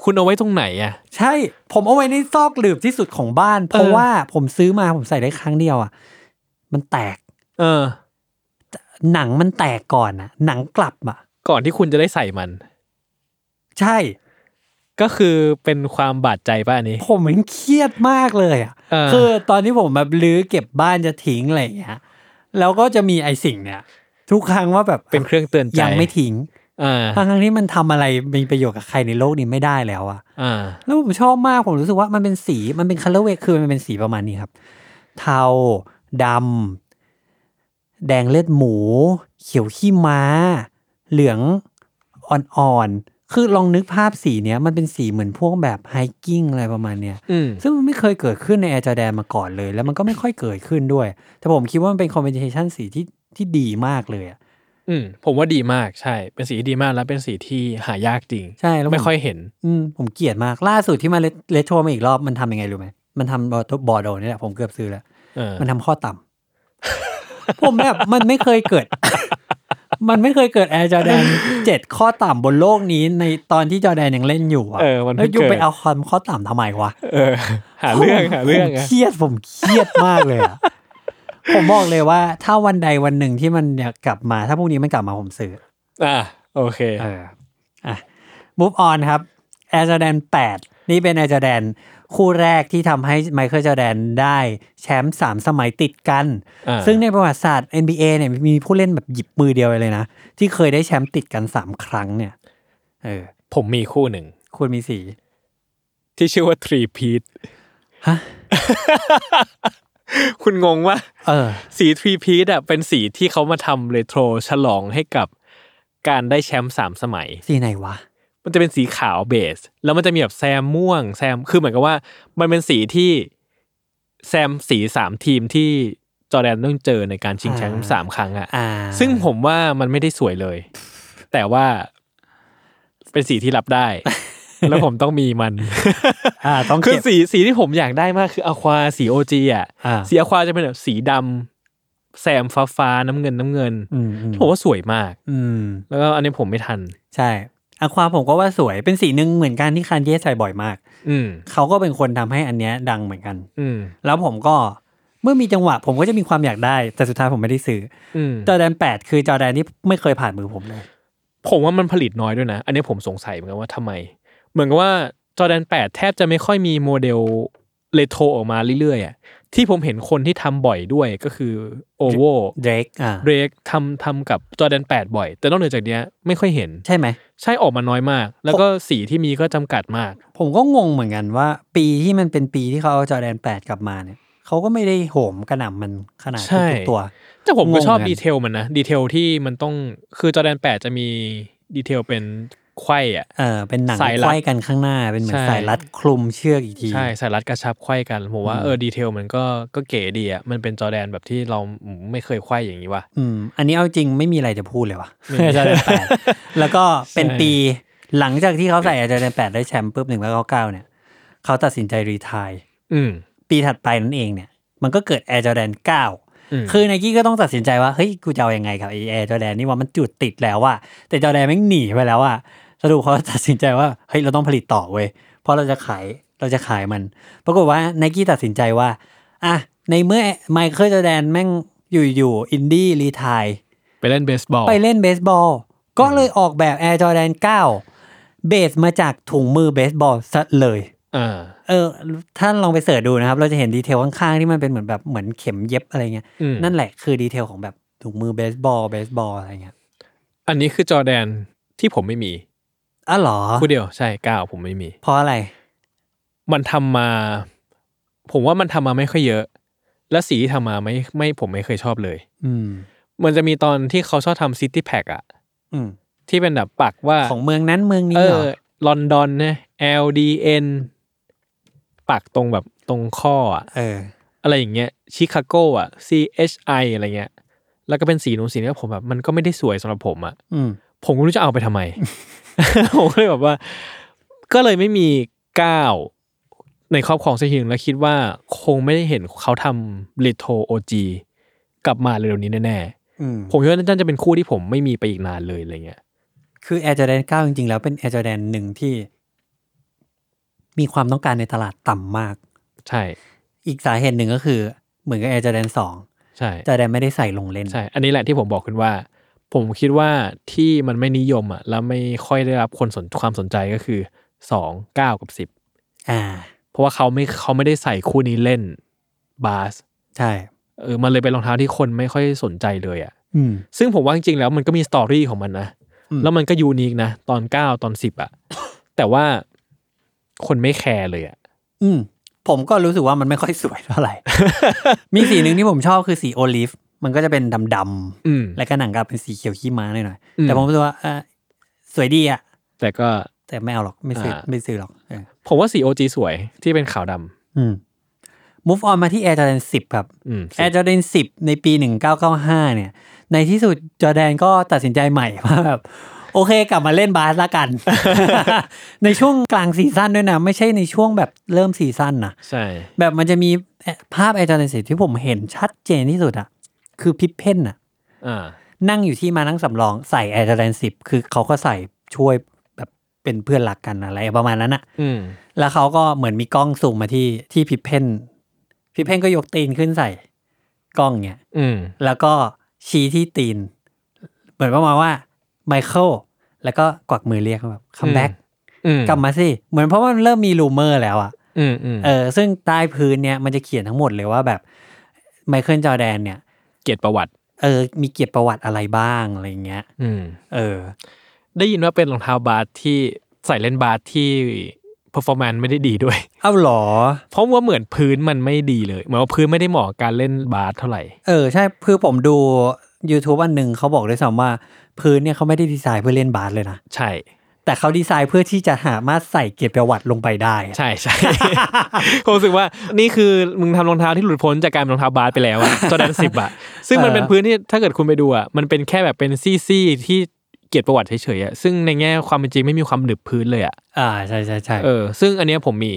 คุณเอาไว้ตรงไหนอ่ะ ใช่ผมเอาไว้ในซอกหลืบที่สุดของบ้าน เพราะ เออ ว่าผมซื้อมาผมใส่ได้ครั้งเดียวอ่ะ มันแตก เออ หนังมันแตกก่อนอะหนังกลับอะ ก่อนที่คุณจะได้ใส่มัน ใช่ ก็คือเป็นความบาดใจป่ะอันนี้ ผมมันเครียดมากเลยอ่ะ เออ คือตอนที่ผมแบบรื้อเก็บบ้านจะทิ้งอะไรอย่างเงี้ย แล้วก็จะมีไอสิ่งเนี่ย ทุกครั้งว่าแบบ เป็นเครื่องเตือนใจ ยังไม่ทิ้ง อ่า ทั้งทั้งๆที่มันทำอะไรมีประโยชน์กับใครในโลกนี้ไม่ได้แล้วอะ อ่า แล้วผมชอบมากผมรู้สึกว่ามันเป็นสีมันเป็นคัลเลอร์เวคือมันเป็นสีประมาณนี้ครับ เทาดำแดงเลือดหมู เขียวขี้ม้า เหลืองอ่อนๆคือลองนึกภาพสีเนี้ยมันเป็นสีเหมือนพวกแบบไฮกิ้งอะไรประมาณเนี้ย อืม ซึ่งมันไม่เคยเกิดขึ้นในแอร์จอแดนมาก่อนเลย แล้วมันก็ไม่ค่อยเกิดขึ้นด้วย แต่ผมคิดว่ามันเป็นคอมบิเนชันสีที่ที่ดีมากเลยอะ อืมผมว่าดีมากใช่ เป็นสีที่ดีมากแล้วเป็นสีที่หายากจริง ใช่แล้วผม ไม่ค่อยเห็น อืมผมเกลียดมากล่าสุดที่มาเลโทรมาอีกรอบมันทำยังไงรู้ไหมมันทำบอร์โดบอร์โดนี่แหละผมเกือบซื้อแล้ว เออ มันทำข้อต่ำ ผมแบบมันไม่เคยเกิด มันไม่เคยเกิดแอร์จอแดนเจ็ดข้อต่ำบนโลกนี้ในตอนที่จอแดนยังเล่นอยู่อะ เออมันเพิ่ แล้ว ง ยู เกิด ไปเอาคำข้อต่ำทำไมวะ เออ หาเรื่อง หาเรื่อผงม อะ เครียดผมเครียดมากเลยอะ ผมบอกเลยว่า ถ้าวันใดวันหนึ่งที่มันอยากกลับมา ถ้าพรุ่งนี้มันกลับมาผมซื้อ อ่ะโอเค เอออ่ะ move on ครับ Air Jordan 8 นี่เป็น Air Jordan คู่แรกที่ทำให้ไมเคิลจอแดนได้แชมป์3 สมัยติดกัน อ่า ซึ่งในประวัติศาสตร์ NBA เนี่ยมีผู้เล่นแบบหยิบมือเดียวเลยนะ ที่เคยได้แชมป์ติดกัน 3 ครั้งเนี่ยเออ ผมมีคู่หนึ่ง คุณมีสี ที่ชื่อว่าทรีพีท ฮะ คุณงงว่า เออ สีทรีพีทอ่ะเป็นสีที่เขามาทำเรโทรฉลองให้กับการได้แชมป์สามสมัย สีไหนวะ มันจะเป็นสีขาวเบส แล้วมันจะมีแบบแซมม่วงแซมคือเหมือนกับว่า มันเป็นสีที่แซมสีสามทีมที่จอร์แดนต้องเจอในการชิงแชมป์ อ่า สามครั้งอ่ะ อ่า ซึ่งผมว่ามันไม่ได้สวยเลย แต่ว่าเป็นสีที่รับได้ แล้วผมต้องมีมัน อ่าต้อง คือ เก็บ สีสีที่ผมอยากได้มากคืออควาสีโอจีอ่ะ อ่า สีอควาจะเป็นแบบสีดำแซมฟ้าฟ้าๆน้ำเงินน้ำเงิน อืมอืม ผมว่าสวยมาก อืม แล้วก็อันนี้ผมไม่ทัน ใช่อะความผมก็ว่าสวยเป็นสีหนึ่งเหมือนกันที่คานเยใส่บ่อยมาก อืม เขาก็เป็นคนทำให้อันเนี้ยดังเหมือนกัน อืม แล้วผมก็เมื่อมีจังหวะ ผมก็จะมีความอยากได้ แต่สุดท้ายผมไม่ได้ซื้อ อืม จอแดน 8 คือจอแดนที่ไม่เคยผ่านมือผมเลย ผมว่ามันผลิตน้อยด้วยนะ อันนี้ผมสงสัยเหมือนกันว่าทำไม เหมือนกับว่าจอแดน8 แทบจะไม่ค่อยมีโมเดลเลโทรออกมาเรื่อยๆอ่ะที่ผมเห็นคนที่ทำบ่อยด้วยก็คือโอโว เดรกอ่า เดรกทำทำกับจอแดน8 บ่อย แต่นอกเหนือจากเนี้ยไม่ค่อยเห็น ใช่ไหม ใช่ออกมาน้อยมาก แล้วก็สีที่มีก็จำกัดมาก ผมก็งงเหมือนกันว่า ปีที่มันเป็นปีที่เขาเอาจอแดน 8 กลับมาเนี่ยเขาก็ไม่ได้โหมกระหน่ำมันขนาด ใช่ ทุกๆตัว แต่ผมก็ชอบ งงเหมือนกัน ดีเทลมันนะ ดีเทลที่มันต้องคือจอแดน8 จะมีดีเทลเป็นไขว้อะ เออเป็นหนัง สายรัด ไขว้กันข้างหน้าเป็นเหมือน ใช่ สายรัดคลุมเชือกอีกที ใช่สายรัดกระชับไขว้กัน ผมว่าเออดีเทลมันก็ก็เก๋ดีอะมันเป็นจอแดนแบบที่เราอืมไม่เคยไขว้อย่างนี้ว่ะ อืม อันนี้เอาจริงไม่มีอะไรจะพูดเลยว่ะ ไม่มี อาจารย์แปด แล้วก็เป็น ใช่ ปีหลังจากที่เขาใส่อาจารย์แปดได้แชมป์ปุ๊บหนึ่งแล้วเก้าเนี่ย เขาตัดสินใจรีไทาย อืม ปีถัดไปนั่นเองเนี่ย มันก็เกิดแอร์จอแดนเก้า อืม คือไนกี้ก็ต้องตัดสินใจว่า เฮ้ย กูจะเอายังไงกับไอแอร์จอแดนนี่ว่ามันจุดติดแล้วว่า แต่จอแดนแม่งหนีไปแล้วว่าสรุปเขาตัดสินใจว่า เฮ้ย เราต้องผลิตต่อเว้ย เพราะเราจะขาย เราจะขายมัน ปรากฏว่าไนกี้ตัดสินใจว่า อ่ะ ในเมื่อไมเคิลจอแดนแม่งอยู่ๆอินดี้รีไทาย ไปเล่นเบสบอล ไปเล่นเบสบอล ก็เลยออกแบบ Air Jordan 9 เบสมาจากถุงมือเบสบอลซะเลย อ่า เออท่านลองไปเสิร์ชดูนะครับ เราจะเห็นดีเทลข้างๆ ที่มันเป็นเหมือนแบบเหมือนเข็มเย็บอะไรเงี้ย อืม นั่นแหละคือดีเทลของแบบถุงมือเบสบอลเบสบอลอะไรเงี้ย อันนี้คือจอแดนที่ผมไม่มี อ๋อเหรอ คู่เดียวใช่เก้าผมไม่มี เพราะอะไร มันทำมา ผมว่ามันทำมาไม่ค่อยเยอะ และสีที่ทำมาไม่ไม่ผมไม่เคยชอบเลย อืม มันจะมีตอนที่เขาชอบทำซิตี้แพ็กอะ อืม ที่เป็นแบบปักว่า ของเมืองนั้นเมือง เอ นี้เหรอ อลอนดอนนะ LDN ปักตรงแบบตรงข้ออะ เออ อะไรอย่างเงี้ยชิคาโกอะ CHI อะไรเงี้ย แล้วก็เป็นสีนู้นสีนี้ผมแบบมันก็ไม่ได้สวยสำหรับผมอะ อืม ผมก็ไม่รู้จะเอาไป ทำไม ผมก็เลยแบบว่า ก็เลยไม่มีก้าวในครอบครองสักทีหนึ่งแล้วคิดว่าคงไม่ได้เห็นเขาทำลิโทโอจีกลับมาเร็วๆนี้แน่ อืม ๆ ผมคิดว่านั่นจะเป็นคู่ที่ผมไม่มีไปอีกนานเลยอะไรเงี้ย คือ Air Jordan 9 จริงๆ แล้วเป็น Air Jordan หนึ่งที่ มีความต้องการในตลาดต่ำมาก ใช่ อีกสาเหตุหนึ่งก็คือเหมือนกับ Air Jordan 2 ใช่ จอแดนไม่ได้ใส่ลงเล่น ใช่ อันนี้แหละที่ผมบอกคุณว่า ผมคิดว่าที่มันไม่นิยมอ่ะแล้วไม่ค่อยได้รับคนสนความสนใจก็คือสองเก้ากับสิบ อ่า เพราะว่าเขาไม่เขาไม่ได้ใส่คู่นี้เล่นบาส ใช่ เออมันเลยเป็นรองเท้าที่คนไม่ค่อยสนใจเลยอ่ะ อืม ซึ่งผมว่าจริงๆแล้วมันก็มีสตอรี่ของมันนะ อืม แล้วมันก็ยูนิคนะ ตอนเก้าตอนสิบอะ แต่ว่าคนไม่แคร์เลยอะ อืม ผมก็รู้สึกว่ามันไม่ค่อยสวยเท่า ไหร่ มีสีหนึ่งที่ผมชอบคือสีโอลิฟ มันก็จะเป็นดำ อืม ๆ แล้วก็หนังกลับเป็นสีเขียวขี้ม้าหน่อยๆอืม แต่ผมรู้สึกว่าเออสวยดีอะ แต่ก็ แต่ไม่เอาหรอกไม่ซื้ออา ไม่ซื้อหรอกเออ ผมว่าสีโอจีสวยที่เป็นขาวดำ อืม move on มาที่ Air Jordan 10 ครับ อืม Air Jordan 10 ในปี 1995 เนี่ย ในที่สุดจอร์แดนก็ตัดสินใจใหม่ว่าแบบ โอเคกลับมาเล่นบาสละ กัน ในช่วงกลางซีซั่นด้วยนะ ไม่ใช่ในช่วงแบบเริ่มซีซั่นนะ ใช่ แบบมันจะมีภาพ Air Jordan 10 ที่ผมเห็นชัดเจนที่สุดอะคือพิพเพนอะ อ่า นั่งอยู่ที่มานั่งสำรองใส่ Air Jordan 10 คือเขาก็ใส่ช่วยแบบเป็นเพื่อนรักกันอะไรประมาณนั้นอะ อืม แล้วเขาก็เหมือนมีกล้องซูมมาที่ที่พิพเพนพิพเพนก็ยกตีนขึ้นใส่กล้องเนี่ย อืม แล้วก็ชี้ที่ตีน เหมือนประมาณว่าไมเคิลแล้วก็กวักมือเรียกแบบคัมแบ็ก อืม กลับมาสิ เหมือนเพราะว่ามันเริ่มมีรูเมอร์แล้วอะ อืมอืม เออซึ่งใต้พื้นเนี่ยมันจะเขียนทั้งหมดเลยว่าแบบไมเคิลจอร์แดนเนี่ย เกียรติประวัติ เออมีเกียรติประวัติอะไรบ้างอะไรเงี้ย อืม เออ ได้ยินว่าเป็นรองเท้าบาสที่ใส่เล่นบาสที่เพอร์ฟอร์แมนซ์ไม่ได้ดีด้วย เอ้าเหรอ เพราะว่าเหมือนพื้นมันไม่ดีเลย เหมือนว่าพื้นไม่ได้เหมาะกับการเล่นบาสเท่าไหร่ เออใช่คือผมดู YouTube อันหนึ่งเขาบอกด้วยซ้ำว่า พื้นเนี่ยเขาไม่ได้ดีไซน์เพื่อเล่นบาสเลยนะ ใช่ แต่เขาดีไซน์เพื่อที่จะสามารถใส่เกียรติประวัติลงไปได้อะ ใช่ ใช่ ผมรู้สึกว่านี่คือมึงทำรองเท้าที่หลุดพ้นจากการเป็นรองเท้าบาสไปแล้วอะ จอร์แดนสิบอะซึ่งมันเป็นพื้นที่ถ้าเกิดคุณไปดูอะมันเป็นแค่แบบเป็นซี่ซี่ๆที่เกียรติประวัติเฉยๆอะซึ่งในแง่ความเป็นจริงไม่มีความหนึบพื้นเลยอะ อ่าใช่ใช่ใช่ เออซึ่งอันเนี้ยผมมี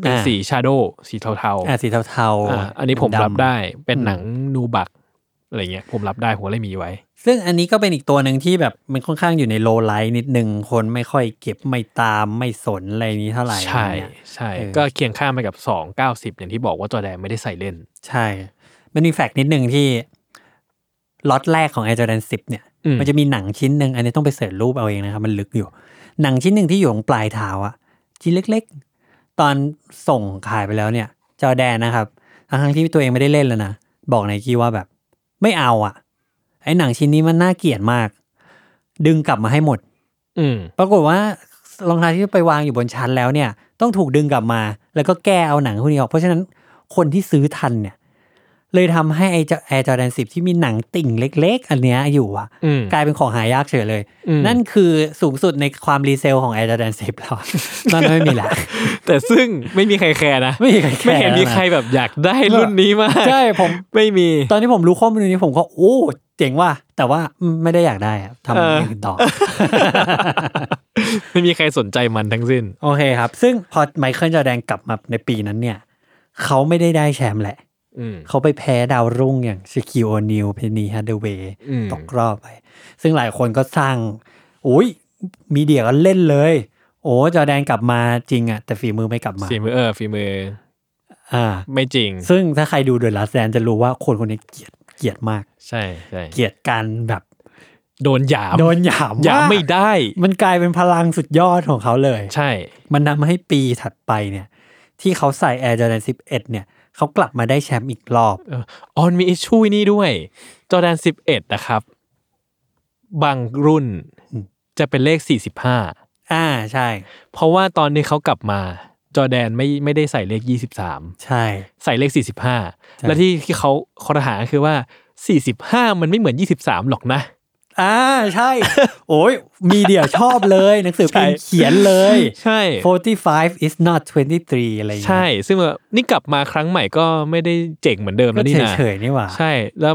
เป็น อ่า สีชาโดว์สีเทาๆ อ่าสีเทา อ่า ๆ อันนี้ผมรับ ำๆ ได้เป็นหนังนูบักอะไรเงี้ยผมรับได้ผมเลยมีไว้ ซึ่งอันนี้ก็เป็นอีกตัวหนึ่งที่แบบมันค่อนข้างอยู่ในโลไลท์นิดนึง คนไม่ค่อยเก็บไม่ตามไม่สนอะไรนี้เท่าไหร่ ใช่ อะไรเงี้ย ใช่ เออ ก็เคียงข้ามไปกับ2 90 อย่างที่บอกว่าจอร์แดนไม่ได้ใส่เล่น ใช่ มันมีแฟกต์นิดนึงที่ล็อตแรกของ Air Jordan 10 เนี่ย อืม มันจะมีหนังชิ้นหนึ่งอันนี้ต้องไปเสิร์ชรูปเอาเองนะครับ มันลึกอยู่ หนังชิ้นหนึ่งที่อยู่ตรงปลายเท้าอะชิ้นเล็กๆ ตอนส่งขายไปแล้วเนี่ย จอแดนนะครับทั้งๆที่ตัวเองไม่ได้เล่นแล้วนะ บอกไนกี้ว่าแบบ ไม่เอาอะไอ้หนังชิ้นนี้มันน่าเกลียดมาก ดึงกลับมาให้หมด อืม ปรากฏว่ารองเท้าที่ไปวางอยู่บนชั้นแล้วเนี่ย ต้องถูกดึงกลับมา แล้วก็แก้เอาหนังพวกนี้ออก เพราะฉะนั้นคนที่ซื้อทันเนี่ย เลยทำให้ไอจแอร์จอแดนสิบที่มีหนังติ่งเล็ก ๆ อันเนี้ยอยู่อะ อืม กลายเป็นของหายากเฉยเลย อืม นั่นคือสูงสุดในความรีเซลของแอร์จอแดนสิบแล้ว อะตอนนั้นไม่มีละ แต่ซึ่งไม่มีใครแคร์นะ ไม่มีใครแคร์ ไม่เห็นมีใครแบบอยากได้รุ่นนี้มาก ใช่ผม ไม่มี ตอนที่ผมรู้ข้อมูลนี้ผมก็โอ้เจ๋งว่ะแต่ว่าอืมไม่ได้อยากได้อะทำอย่างอื่น ต่อ ไม่มีใครสนใจมันทั้งสิ้น โอเคครับ ซึ่งพอไมเคิลจอร์แดนกลับมาในปีนั้นเนี่ย เขาไม่ได้ได้แชมป์แหละ อืม เขาไปแพ้ดาวรุ่งอย่างชิคิโอนิวเพนีฮั a เดเวย์ อืม ตกรอบไป ซึ่งหลายคนก็สร้างอุ้ยมีเดียก็เล่นเลย โอ้จอร์แดนกลับมาจริงอะแต่ฝีมือไม่กลับมา ฝีมือเออฝีมือ อ่า ไม่จริง ซึ่งถ้าใครดูเดอะลัสแดนจะรู้ว่าคนคนนี้เกลียดเกลียดมาก ใช่ใช่ เกลียดการแบบ โดนหยาม โดนหยาม หยากมไม่ได้ มันกลายเป็นพลังสุดยอดของเขาเลย ใช่ มันทำให้ปีถัดไปเนี่ย ที่เขาใส่ Air Jordan 11 เนี่ย เขากลับมาได้แชมป์อีกรอบ เออออนมีอิชชูนี่ด้วย จอแดนสิบเอ็ดนะครับ บางรุ่น อืม จะเป็นเลขสี่สิบห้า อ่าใช่ เพราะว่าตอนนี้เขากลับมา จอแดนไม่ไม่ได้ใส่เลขยี่สิบสาม ใช่ ใส่เลขสี่สิบห้า ใช่ และที่ที่เขาคอรหาคือว่าสี่สิบห้ามันไม่เหมือนยี่สิบสามหรอกนะ อ่าใช่ โอ้ยมีเดียชอบเลยหนังสือพิมพ์เขียนเลย ใช่ 45 is not 23 อะไรอย่างเงี้ ใช่ ย ซึ่งแบบนี่กลับมาครั้งใหม่ก็ไม่ได้เจ๋งเหมือนเดิม ก็ แล้วนี่นะ เฉยๆนี่หว่า ใช่ แล้ว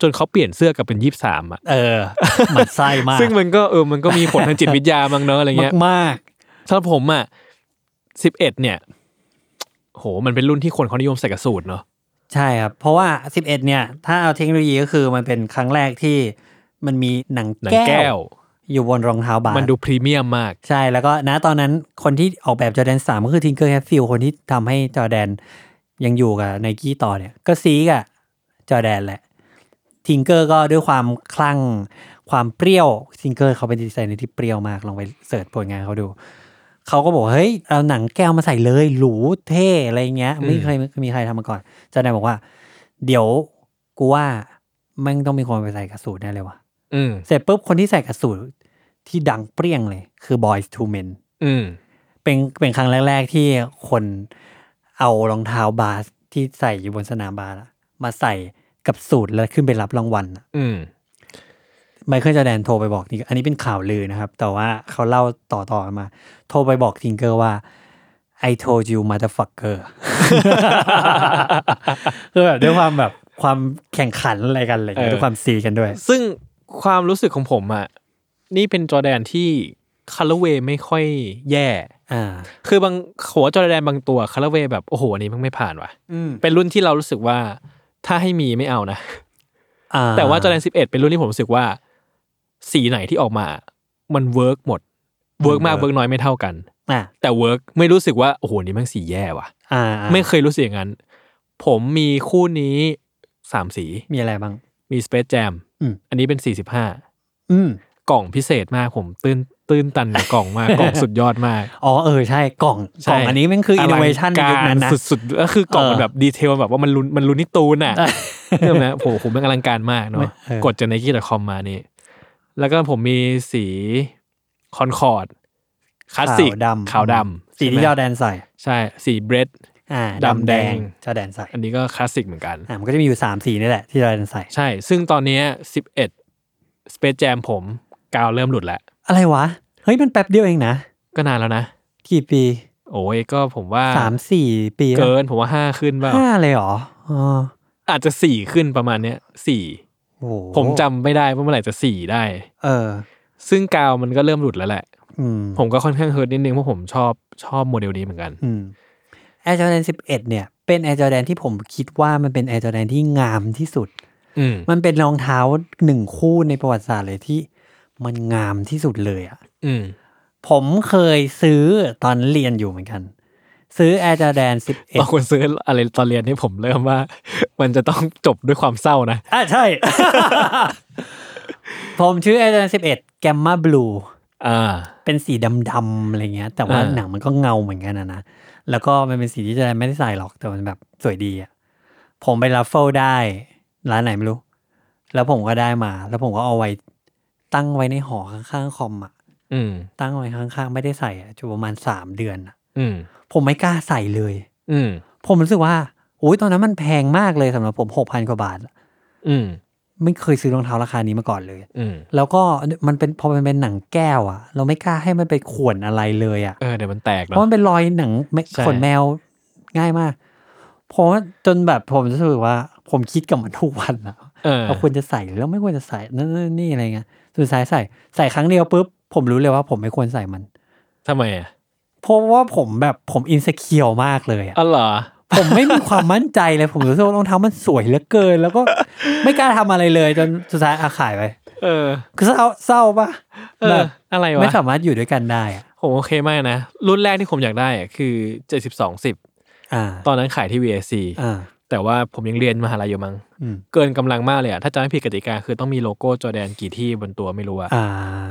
จนเขาเปลี่ยนเสื้อกลับเป็นยี่สิบสามอ่ะ เออหมันไส้มาก ซึ่งมันก็เออ มันก็มีผลทางจิตวิทยามั้งเนอะอะไรเงี้ย มาก สำหรับผมอ่ะสิบเอ็ดเนี่ย โห มันเป็นรุ่นที่คนเขานิยมใส่กับสูตรเนาะ ๆ ใช่ครับ เพราะว่า 11 เนี่ย ถ้าเอาเทคโนโลยีก็คือมันเป็นครั้งแรกที่มันมีหนัง หนัง แก้ว แก้ว อยู่บนรองเท้าบาส มันดูพรีเมียมมาก ใช่แล้วก็นะตอนนั้นคนที่ออกแบบจอแดนสามก็คือทิงเกอร์แฮฟฟิลคนที่ทำให้จอแดนยังอยู่กับไนกี้ต่อเนี่ย ก็ซีกับจอแดนแหละ ทิงเกอร์ก็ด้วยความคลั่ง ความเปรี้ยวทิงเกอร์เขาเป็นดีไซเนอร์ที่เปรี้ยวมากลองไปเสิร์ชผลงานเขาดู เขาก็บอกว่าเฮ้ยเอาหนังแก้วมาใส่เลย หรูเท่อะไรเงี้ย ไม่เคยมีใครทำมาก่อนเจ้านายบอกว่า เดี๋ยวกูว่าแม่งต้องมีคนไปใส่กระสูตรแน่เลยว่ะ อืม เสร็จปุ๊บคนที่ใส่กระสูตรที่ดังเปรี้ยงเลย คือ Boys to Men อืม เป็นเป็นครั้งแรก ๆ ที่คนเอารองเท้าบาสที่ใส่อยู่บนสนามบาสอะมาใส่กับสูตรแล้วขึ้นไปรับรางวัลอะ อืม ไมเคิลจอร์แดนโทรไปบอกนี่อันนี้เป็นข่าวลือนะครับ แต่ว่าเขาเล่าต่อๆกันมา โทรไปบอกทิงเกอร์ว่า I told you motherfucker คือแบบด้วยความแบบความแข่งขันอะไรกันอะไรอย่างเงี้ย เออ ด้วยความซีกันด้วย ซึ่งความรู้สึกของผมอะนี่เป็นจอร์แดนที่คัลเลเวไม่ค่อยแย่ อ่า คือบางหัวจอร์แดนบางตัวคัลเลเวแบบโอ้โหอันนี้มันไม่ผ่านว่ะ อืม เป็นรุ่นที่เรารู้สึกว่าถ้าให้มีไม่เอานะ อ่ แต่ว่าจอร์แดนสิบเอ็ดเป็นรุ่นที่ผมรู้สึกว่า สีไหนที่ออกมา มันเวิร์กหมด เวิร์กมากเวิร์กน้อยไม่เท่ากัน อ่า แต่เวิร์กไม่รู้สึกว่า โอ้โหอันนี่แม่งสีแย่ว่ะ อ่า ไม่เคยรู้สึกอย่างนั้น ผมมีคู่นี้สามสี มีอะไรบ้าง มีสเปซแจม อืม อันนี้เป็นสี่สิบห้า อืม กล่องพิเศษมากผมตื้นตื้นตันกับกล่อง มาก กล่องสุดยอดมาก อ๋อเออใช่กล่องกล่องอันนี้มันคืออินโนเวชันใน อลัง ยุค การ นั้นนะ สุดๆก็คือกล่อง เออ มันแบบดีเทลแบบว่ามันลุนมันลุนนิตูนอ่ะ เออ เรื่อง นะโอ้โหผมเป็นอลังการมาก ไม่ เนาะ เออ กดจาก n i กี้ดอทคอมมานี่ แล้วก็ผมมีสีคอนคอร์ดคลาสสิก ขาวดำ ขาวดำ สีที่ ใช่ไหม จอร์แดนใส่ ใช่สีเบรด อ่า ดำ ดำ แด แด ง งจอร์แดนใส่ อันนี้ก็คลาสสิกเหมือนกัน อ่ามันก็จะมีอยู่สามสีนี่แหละที่จอร์แดนใส่ ใช่ ซึ่งตอนเนี้สิบเอ็ดสเปซแจมผมกาวเริ่มหลุดแล้ว อะไรวะ เฮ้ยมันแป๊บเดียวเองนะ ก็นานแล้วนะ กี่ปี โอ้ยก็ผมว่า สามสี่ปี เกินผมว่าห้าขึ้นเปล่า ห้าเลยเหรออ๋อ อาจจะสี่ขึ้นประมาณเนี้ยสี่ โอ้โห ผมจำไม่ได้ว่าเมื่อไหร่จะสี่ได้ เออ ซึ่งกาวมันก็เริ่มหลุดแล้วแหละ อืม ผมก็ค่อนข้างเฮิร์ตนิดนึงเพราะผมชอบชอบโมเดลนี้เหมือนกัน อืมแอร์จอร์แดนสิบเอ็ดเนี่ย เป็นแอร์จอร์แดนที่ผมคิดว่ามันเป็นแอร์จอร์แดนที่งามที่สุด อืม มันเป็นรองเท้าหนึ่งคู่ในประวัติศาสตร์เลยที่ มันงามที่สุดเลยอะ อืม ผมเคยซื้อตอนเรียนอยู่เหมือนกัน ซื้อ Air Jordan บางคนซื้ออะไรตอนเรียนนี่ผมเริ่มว่า มันจะต้องจบด้วยความเศร้านะ 11 อ่ะใช่ ผมชื่อ Air Jordan 11 Gamma Blue อ่า เป็นสีดำๆอะไรเงี้ย แต่ว่า อ่า หนังมันก็เงาเหมือนกันนะนะ แล้วก็มันเป็นสีที่จะไม่ได้ใส่หรอก แต่มันแบบสวยดีอะผมไปรัฟเฟิลได้ ร้านไหนไม่รู้ แล้วผมก็ได้มา แล้วผมก็เอาไว้ตั้งไว้ในหอข้างๆคอมอะ อืม ตั้งไว้ข้างๆ ไม่ได้ใส่อะจนประมาณสามเดือนอะ อืม ผมไม่กล้าใส่เลย อืม ผมรู้สึกว่าโอ้ยตอนนั้นมันแพงมากเลยสำหรับผมหกพันกว่าบาท อืม ไม่เคยซื้อรองเท้าราคานี้มาก่อนเลย อืม แล้วก็มันเป็นพอมันเป็นหนังแก้วอะเราไม่กล้าให้มันไปข่วนอะไรเลยอะ เออเดี๋ยวมันแตก เพราะ เนาะ มันเป็นรอยหนังแม ใช่ ขนแมวง่ายมากเพราะว่าจนแบบผมรู้สึกว่า ผมคิดกับมันทุกวันนะ เออ เราควรจะใส่หรือเราไม่ควรจะใส่นั่นนนี่อะไรเงี้ยสุดท้ายใส่ใส่ครั้งเดียวปุ๊บผมรู้เลยว่าผมไม่ควรใส่มัน ทำไมอ่ะ เพราะว่าผมแบบผมอินสเคียวมากเลยอะ อ๋อเหรอ ผมไม่มีความมั่นใจเลย ผมรู้สึกว่ารองเท้ามันสวยเหลือเกิน แล้วก็ไม่กล้าทำอะไรเลยจนสุดท้ายอาขายไป เออ คือเศร้าเศร้าปะ เออ แบบ อะไรวะ ไม่สามารถอยู่ด้วยกันได้อะ ผมโอเคมากนะ รุ่นแรกที่ผมอยากได้อะคือเจ็ดสิบสองสิบ อ่า ตอนนั้นขายที่ VAC อ่า แต่ว่าผมยังเรียนมหาลัยอยู่มั้ง อืม เกินกำลังมากเลยอะถ้าจำไม่ผิดกติกาคือต้องมีโลโก้จอร์แดนกี่ที่บนตัวไม่รู้อะ อ่า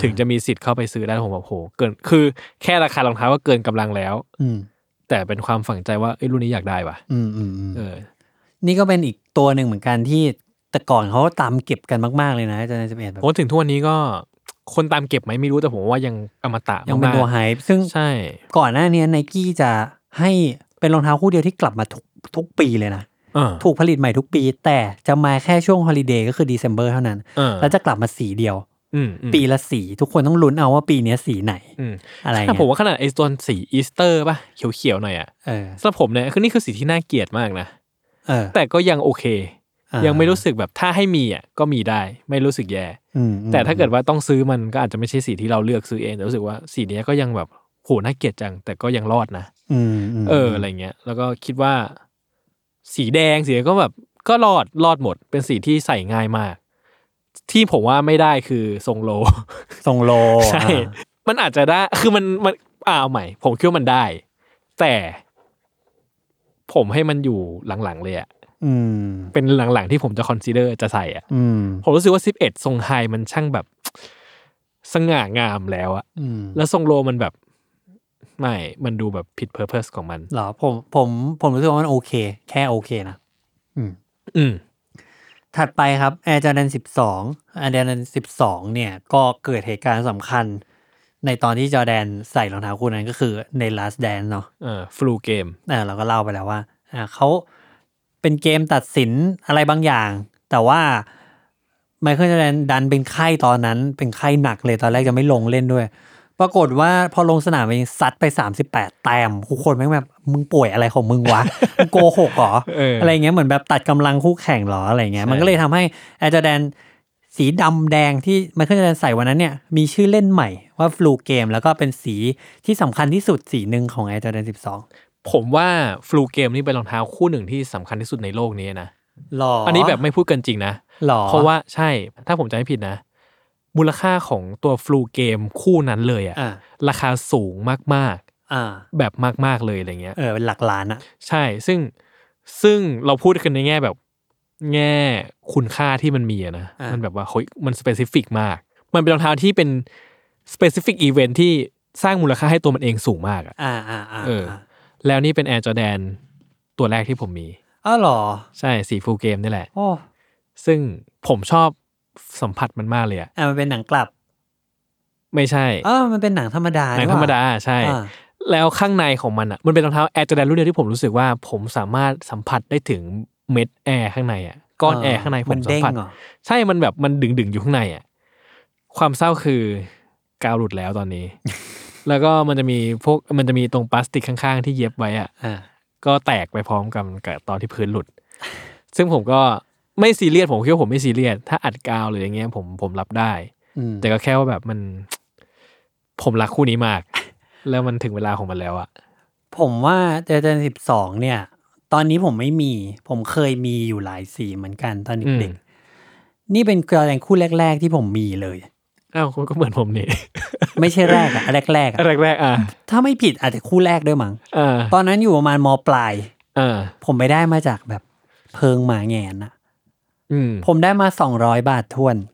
ถึงจะมีสิทธิ์เข้าไปซื้อได้ผมแบบโหเกินคือแค่ราคารองเท้าก็เกินกำลังแล้ว อืม แต่เป็นความฝังใจว่าเอ้ยรุ่นนี้อยากได้ว่ะ อืมอืมอืม เออ นี่ก็เป็นอีกตัวหนึ่งเหมือนกันที่แต่ก่อนเขาตามเก็บกันมาก ๆ เลยนะอาจารย์สิบเอ็ดแบบ โอ้ถึงทุกวันนี้ก็ คนตามเก็บไหมไม่รู้แต่ผมว่ายังอมตะ ยังเป็น มากๆ ตัวไฮป์ซึ่ง ใช่ ก่อนหน้านี้ไนกี้จะให้เป็นรองเท้าคู่เดียวที่กลับมาทุกทุกปีเลยนะ เออ ถูกผลิตใหม่ทุกปี แต่จะมาแค่ช่วงฮอลิเดย์ก็คือเดซ ember เท่านั้น เออ แล้วจะกลับมาสีเดียว อืมอืม ปีละสีทุกคนต้องลุ้นเอาว่าปีเนี้ยสีไหน อืม อะไร แต่ เงี้ย ผมว่าขนาดไอ้ตัวสีอีสเตอร์ป่ะเขียวๆหน่อยอะ เออ สำหรับผมเนี่ยคือนี่คือสีที่น่าเกลียดมากนะ เออ แต่ก็ยังโอเค อ่า ยังไม่รู้สึกแบบถ้าให้มีอ่ะก็มีได้ ไม่รู้สึกแย่ อืม แต่ถ้าเกิดว่าต้องซื้อมันก็อาจจะไม่ใช่สีที่เราเลือกซื้อเองแต่รู้สึกว่าสีเนี้ยก็ยังแบบโหน่าเกลียดจัง แต่ก็ยังรอดนะ อืมม เอออะไรเงี้ย แล้วก็คิดว่า สีแดงสีก็แบบก็รอดรอดหมด เป็นสีที่ใส่ง่ายมาก ที่ผมว่าไม่ได้คือทรงโล ทรงโล ใช่ อ่า มันอาจจะได้คือมันมันอ่าเอาใหม่ ผมคิดว่ามันได้ แต่ ผมให้มันอยู่หลังๆเลยอะ อืม เป็นหลังๆที่ผมจะคอนซีเดอร์จะใส่อ่ะ อืม ผมรู้สึกว่า 11 ทรงไฮมันช่างแบบ สง่างามแล้วอะ อืม แล้วทรงโลมันแบบ ไม่ มันดูแบบผิดเพอร์เพสของมัน เหรอผมผมผมรู้สึกว่ามันโอเค แค่โอเคนะ อืม ถัดไปครับ Air Jordan 12 Air Jordan 12 เนี่ย ก็เกิดเหตุการณ์สำคัญ ในตอนที่จอร์แดนใส่รองเท้าคู่นั้นก็คือใน Last Dance เนาะ เออฟลูเกม อ่าเราก็เล่าไปแล้วว่าอ่าเขาเป็นเกมตัดสินอะไรบางอย่าง แต่ว่าไมเคิลจอร์แดนดันเป็นไข้ตอนนั้น เป็นไข้หนักเลยตอนแรกจะไม่ลงเล่นด้วย ปรากฏว่าพอลงสนามเองซัดไป 38 แต้มทุกคนแม่งแบบมึงป่วยอะไรของมึงวะ มึงโกหกเหรอ เอออ อะไรเงี้ยเหมือนแบบตัดกำลังคู่แข่งเหรออะไรเงี้ยมันก็เลยทำให้แอร์จอแดนสีดำแดงที่ไมเคิลจอแดนใส่วันนั้นเนี่ยมีชื่อเล่นใหม่ว่าฟลูเกมแล้วก็เป็นสีที่สำคัญที่สุดสีหนึ่งของแอร์จอแดนสิบสอง ผมว่าฟลูเกมนี่เป็นรองเท้าคู่หนึ่งที่สำคัญที่สุดในโลกนี้นะ หรอ อันนี้แบบไม่พูดกันจริงนะ หรอ เพราะว่าใช่ ถ้าผมจำไม่ผิดนะ มูลค่าของตัวฟลูเกมคู่นั้นเลยอะ อ่า ราคาสูงมาก อ่า ๆ แบบมากๆเลยอะไรเงี้ย เออเป็นหลักล้านอะ ใช่ ซึ่งซึ่งเราพูดกันในแง่แบบแง่คุณค่าที่มันมีอะนะ ะ มันแบบว่าเฮ้ยมันสเปซิฟิกมาก มันเป็นรองเท้าที่เป็นสเปซิฟิกอีเวนที่สร้างมูลค่าให้ตัวมันเองสูงมากอะ อ่าอ่าอ่า เออ แล้วนี่เป็นแอร์จอแดนตัวแรกที่ผมมี อ้าวหรอ ใช่สีฟูเกมนี่แหละ โอ้ ซึ่งผมชอบสัมผัสมันมากเลยอะ อ่ามันเป็นหนังกลับ ไม่ใช่ อ้าวมันเป็นหนังธรรมดา หนัง นี่หว่ ธรรมดาใช่ อ่า แล้วข้างในของมันอะมันเป็นรองเท้าแอร์จอแดนรุ่นเดียวที่ผมรู้สึกว่าผมสามารถสัมผัสได้ถึงเม็ดแอร์ข้างในอะก้อนแอร์ข้างในผ มัน มสั เด้ ม ง ผัส เหรอ ใช่ มันแบบมันดึงดึงๆอยู่ข้างในอ่ะ ความเศร้าคือกาวหลุดแล้วต อนนี้ แล้วก็มันจะมีพวกมันจะมีตรงพลาสติกข้างๆ ที่เย็บไว้อ่ะ อ่า ก็แตกไปพร้อมกันกับตอนที่พื้นหลุด ซึ่งผมก็ไม่ซีเรียส ผมคิดว่าผมไม่ซีเรียส ถ้าอัดกาวหรืออย่างเงี้ยผมผมรับได้ อืม แต่ก็แค่ว่าแบบมัน ผมรักคู่นี้มาก แล้วมันถึงเวลาของมันแล้วอ่ะ ผมว่าเจเจนสิบสองเนี่ย ตอนนี้ผมไม่มี ผมเคยมีอยู่หลายสีเหมือนกันตอนเด็ก อืม ๆนี่เป็นจอแดนคู่แรก ๆ ที่ผมมีเลย อ้าวก็เหมือนผมนี่ ไม่ใช่แรกอะอัน แรกๆอะ แรกๆอ่ะ ถ้าไม่ผิดอาจจะคู่แรกด้วยมั้ง อ่า ตอนนั้นอยู่ประมาณมปลาย อ่า ผมไปได้มาจากแบบเพิงหมาแงนอะ อืม ผมได้มาสองร้อยบาททวน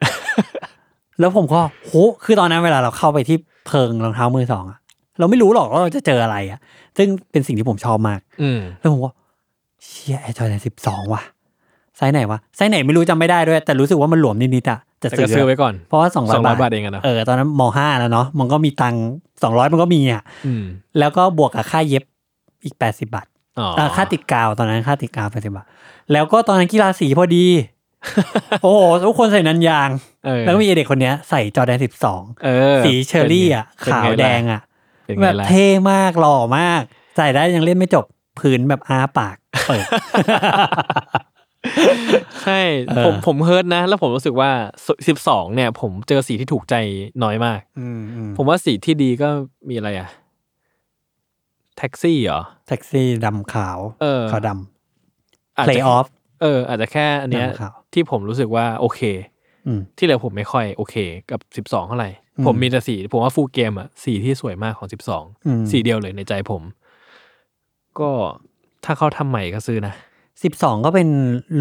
แล้วผมก็โหคือตอนนั้นเวลาเราเข้าไปที่เพิงรองเท้ามือสองอะเราไม่รู้หรอกว่าเราจะเจออะไรอะซึ่งเป็นสิ่งที่ผมชอบมาก อืม แล้วผมก็เชียร์แอร์จอแดนสิบสองว่ะไซส์ไหนวะไซส์ไหนไม่รู้จำไม่ได้ด้วย แต่รู้สึกว่ามันหลวมนิดๆอะแต่ แต่ก็ซื้อไว้ก่อน เพราะว่าสองร้อย 200 บาท บาทเองอะเนอะ เออตอนนั้นมห้าแล้วเนาะมันก็มีตังสองร้อยมันก็มีอะ อืม แล้วก็บวกกับค่าเย็บอีกแปดสิบาท อ๋อ เอ่อค่าติดกาวตอนนั้นค่าติดกาวแปดสิบาท แล้วก็ตอนนั้นกีฬาสีพอดี โอ้โหทุกคนใส่นันยาง เออ แล้วก็มีเด็กคนเนี้ยใส่จอแดนสิบสอง เออ สีเชอร์รี่อะ เป็น ขาว ไงล่ะ แดงอะ เป็น แบ ไง บ ล่ะ เท่มากหล่อมาก ใส่ได้ยังเล่นไม่จบพื้นแบบอาปากเปิด ใช่ เออ ผมผมเฮิร์ตนะ แล้วผมรู้สึกว่าสิบสองเนี่ย ผมเจอสีที่ถูกใจน้อยมาก อืมอืม ผมว่าสีที่ดีก็มีอะไรอะแท็กซี่เหรอ แท็กซี่ดำขาว เออ ขาวด อา ำ จ play จะ off เออ อาจจะแค่อันเนี้ย ดำขาว ที่ผมรู้สึกว่าโอเค อืม ที่เหลือผมไม่ค่อยโอเคกับสิบสองเท่าไหร่ อืม ผมมีแต่สีผมว่าฟูลเกมอะสีที่สวยมากของสิบสอง อืม สีเดียวเลยในใจผม ก็ถ้าเขาทำใหม่ก็ซื้อนะ สิบสองก็เป็น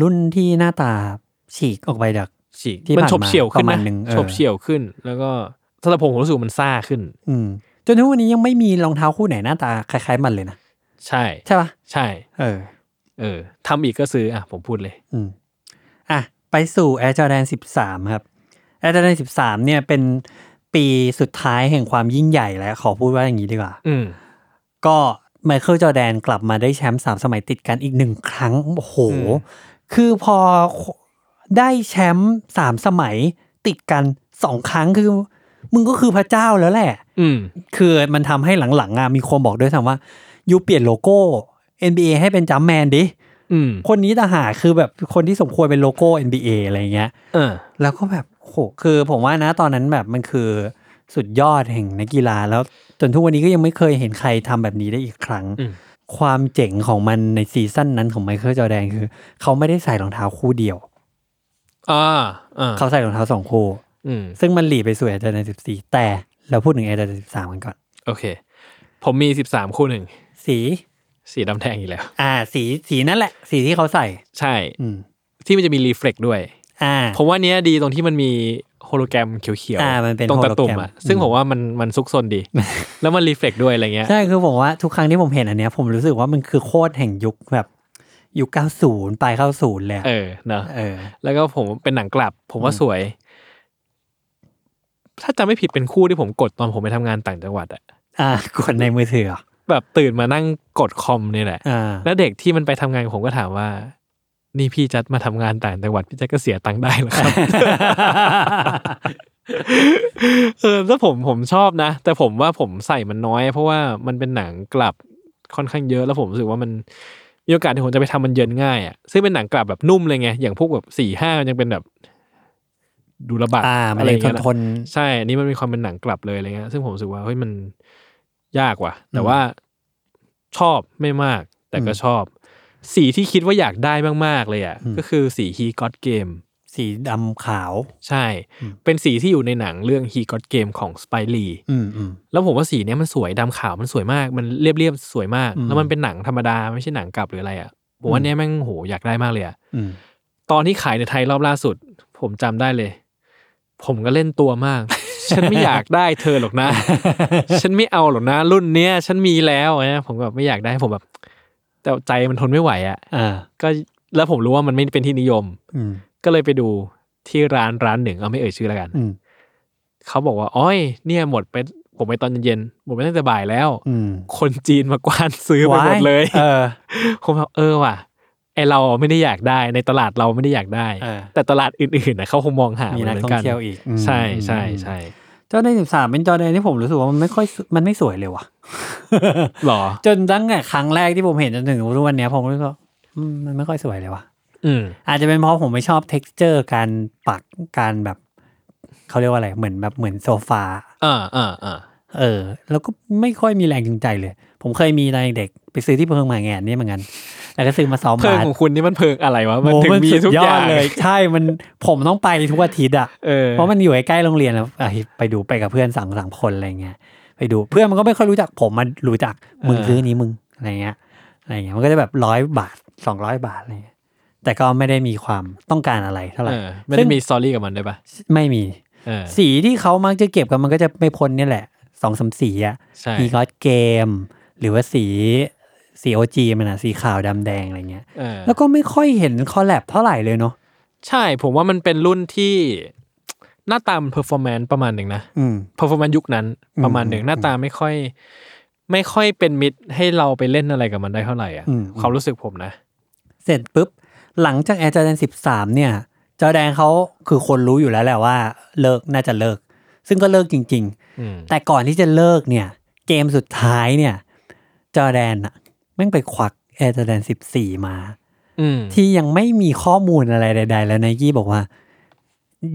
รุ่นที่หน้าตาฉีกออกไปจาก ฉีก ที่ผ่านมามัน ฉบเฉี่ยวขึ้น ประมา นะ ณหนึ่งเออ ฉบเฉี่ยวขึ้น แล้วก็สำหรับผมผมรู้สึกว่ามันซ่าขึ้น อืม จนทุกวันนี้ยังไม่มีรองเท้าคู่ไหนหน้าตาคล้ายๆมันเลยนะ ใช่ ใช่ปะ ใช่ เออ เออทำอีกก็ซื้ออ่ะผมพูดเลย อืม อ่ะ ไปสู่ Air Jordan 13 ครับ Air Jordan 13 เนี่ยเป็นปีสุดท้ายแห่งความยิ่งใหญ่แล้ว ขอพูดว่าอย่างนี้ดีกว่า อืม ก็ไมเคิลจอร์แดนกลับมาได้แชมป์สามสมัยติดกันอีกหนึ่งครั้ง โอ้โห อืม คือพอได้แชมป์สามสมัยติดกันสองครั้งคือ มึงก็คือพระเจ้าแล้วแหละ อืม คือมันทำให้หลังๆอ่ะมีคนบอกด้วยซ้ำว่ายูเปลี่ยนโลโก้ NBA ให้เป็นจัมแมนดิ อืม คนนี้ต่างหากคือแบบคนที่สมควรเป็นโลโก้ NBA อะไรเงี้ย เออ แล้วก็แบบโหคือผมว่านะตอนนั้นแบบมันคือสุดยอดแห่งนักกีฬาแล้วจนทุกวันนี้ก็ยังไม่เคยเห็นใครทำแบบนี้ได้อีกครั้ง อืม ความเจ๋งของมันในซีซั่นนั้นของไมเคิลจอร์แดนคือ เขาไม่ได้ใส่รองเท้าคู่เดียว อ่าอ่า เขาใส่รองเท้าสองคู่ อืม ซึ่งมันหลีไปสู่แอร์จอร์แดนสิบสี่แต่เราพูดถึงแอร์จอร์แดนสิบสามกันก่อน โอเค ผมมีสิบสามคู่หนึ่ง สี สีดำแดงอีกแล้ว อ่า สีสีนั่นแหละ สีที่เขาใส่ ใช่ อืม ที่มันจะมีรีเฟล็กด้วย อ่า ผมว่าเนี้ยดีตรงที่มันมีโฮโลแกรมเขียว อ่ามันเป็น ตรงตะตุ่ม โฮโลแกร อ่ะ ม ซึ่งผมว่ามันมันซุกซน ดี แล้วมันรีเฟล็กด้วยอะไรเงี้ย ใช่คือผมว่าทุกครั้งที่ผมเห็นอันเนี้ย ผมรู้สึกว่ามันคือโคตรแห่งยุคแบบยุคเก้าศูนย์ปลายเก้าศูนย์เลยอะ เออเนอะ เออ แล้วก็ผมเป็นหนังกลับ ผมว่าสวย ถ้าจำไม่ผิดเป็นคู่ที่ผมกดตอนผมไปทำงานต่างจังหวัดอะ อ่ากดในมือถือเหรอ แบบตื่นมานั่งกดคอมเนี่ยแหละ อ่า แล้วเด็กที่มันไปทำงานกับผมก็ถามว่า นี่พี่จัดมาทำงานต่างจังหวัดพี่จัดก็เสียตังค์ได้เหรอครับ เออถ้าผมผมชอบนะ แต่ผมว่าผมใส่มันน้อย เพราะว่ามันเป็นหนังกลับค่อนข้างเยอะแล้วผมรู้สึกว่ามันมีโอกาสที่ผมจะไปทำมันเยินง่ายอ่ะซึ่งเป็นหนังกลับแบบนุ่มเลยไงอย่างพวกแบบสี่ห้ายังเป็นแบบดูระบาด อ่ามัน อะไร เลย เงี้ย ทน ใช่อันนี้มันมีความเป็นหนังกลับเลยอะไรเงี้ยซึ่งผมรู้สึกว่าเฮ้ยมันยากว่ะ แต่ว่าชอบไม่มาก แต่ก็ชอบ สีที่คิดว่าอยากได้มากๆเลยอ่ะ อืม ก็คือสีฮีก็ตเกม ๆสีดำขาว ใช่ เป็นสีที่อยู่ในหนังเรื่อง He Got Game ของสไปรี อืมอืม แล้วผมว่าสีเนี้ยมันสวยดำขาวมันสวยมาก มันเรียบๆสวยมาก อืม แล้วมันเป็นหนังธรรมดา ไม่ใช่หนังกลับหรืออะไรอ่ะผมว่าเนี้ยแม่งโหอยากได้มากเลยอ่ะ อื ม ตอนที่ขายในไทยรอบล่าสุด ผมจำได้เลย ผมก็เล่นตัวมาก ฉันไม่อยากได้เธอหรอกนะ ฉันไม่เอาหรอกนะ รุ่นเนี้ยฉันมีแล้วนะผมแบบไม่อยากได้ผมแบบ แต่ใจมันทนไม่ไหวอ่ะ อ่า ก็แล้วผมรู้ว่ามันไม่เป็นที่นิยม อืม ก็เลยไปดูที่ร้านร้านหนึ่งเอาไม่เอ่ยชื่อแล้วกัน อืม เขาบอกว่าอ้อยเนี่ยหมดไปผมไปตอนเย็นๆหมดไปตั้งแต่บ่ายแล้ว อืม คนจีนมากว้านซื้อไปหมดเลย เออ ผมแบบเออว่ะไอเราไม่ได้อยากได้ ในตลาดเราไม่ได้อยากได้ เออ แต่ตลาดอื่นๆนะเขาคงมองหา มี มี นักท่องเที่ยวอีกอืม ใช่ใช่ อืม ใช่ จอในสิบสามเป็นจอแดนที่ผมรู้สึกว่ามันไม่ค่อยสวยมันไม่สวยเลยว่ะ หรอ จนตั้งแต่ครั้งแรกที่ผมเห็นจนถึงทุกวันเนี้ยผมรู้สึกว่าอืมมันไม่ค่อยสวยเลยว่ะ อืม อาจจะเป็นเพราะผมไม่ชอบ t e x t อร์การปักการแบบเขาเรียกว่าอะไรเหมือนแบบเหมือนโซฟา อ่าอ่าอ่า เออ แล้วก็ไม่ค่อยมีแรงจูงใจเลย ผมเคยมีตอนเด็กไปซื้อที่เพิงหมาแงนนี่เหมือนกัน แล้วก็ซื้อมาซ้อม เพิ บาง ส ของคุณนี่มันเพิงอะไรวะมัน โอ้ ถึงมี สุด ทุกอย่าง เลย ใช่มันผมต้องไปทุกอาทิตย์อ่ะ เออ เพราะมันอยู่ใกล้ๆโรงเรียนแล้วอ่ะไปดูไปกับเพื่อนสามสามคนอะไรเงี้ยไปดูเพื่อนมันก็ไม่ค่อยรู้จักผมมันรู้จักมึงซื้ออนนี้มึงอะไรเงี้ยอะไรเงี้ยมันก็จะแบบร้อยบาทสองร้อยบาทอะไรเงี้ยแต่ก็ไม่ได้มีความต้องการอะไรเท่าไหร่ เออไม่ได้มีสตอรี่กับมันด้วยปะ ซึ่งไม่มี เออ สีที่เขามักจะเก็บกันมันก็จะไม่พ้นเนี่ยแหละสองสามสีอะ ใช่ มีกอดเกม หรือว่าสีสีโอจีมันอะสีขาวดำแดงอะไรเงี้ย เออ แล้วก็ไม่ค่อยเห็นคอลแลบเท่าไหร่เลยเนาะ ใช่ผมว่ามันเป็นรุ่นที่ หน้าตามเพอร์ฟอร์แมนประมาณหนึ่งนะ อืม เพอร์ฟอร์แมนยุคนั้นประมาณหนึ่งหน้าตาไม่ค่อย ไม่ค่อยเป็นมิตรให้เราไปเล่นอะไรกับมันได้เท่าไหร่อ่ะ อืม ความรู้สึกผมนะ เสร็จปุ๊บ หลังจากแอร์จอแดนสิบสามเนี่ย จอแดนเขาคือคนรู้อยู่แล้วแหละว่าเลิกน่าจะเลิก ซึ่งก็เลิกจริง อืม ๆ แต่ก่อนที่จะเลิกเนี่ย เกมสุดท้ายเนี่ย จอแดนอะแม่งไปควักแอร์จอแดนสิบสี่มา อืม ที่ยังไม่มีข้อมูลอะไรใด ๆ แล้วไนกี้บอกว่า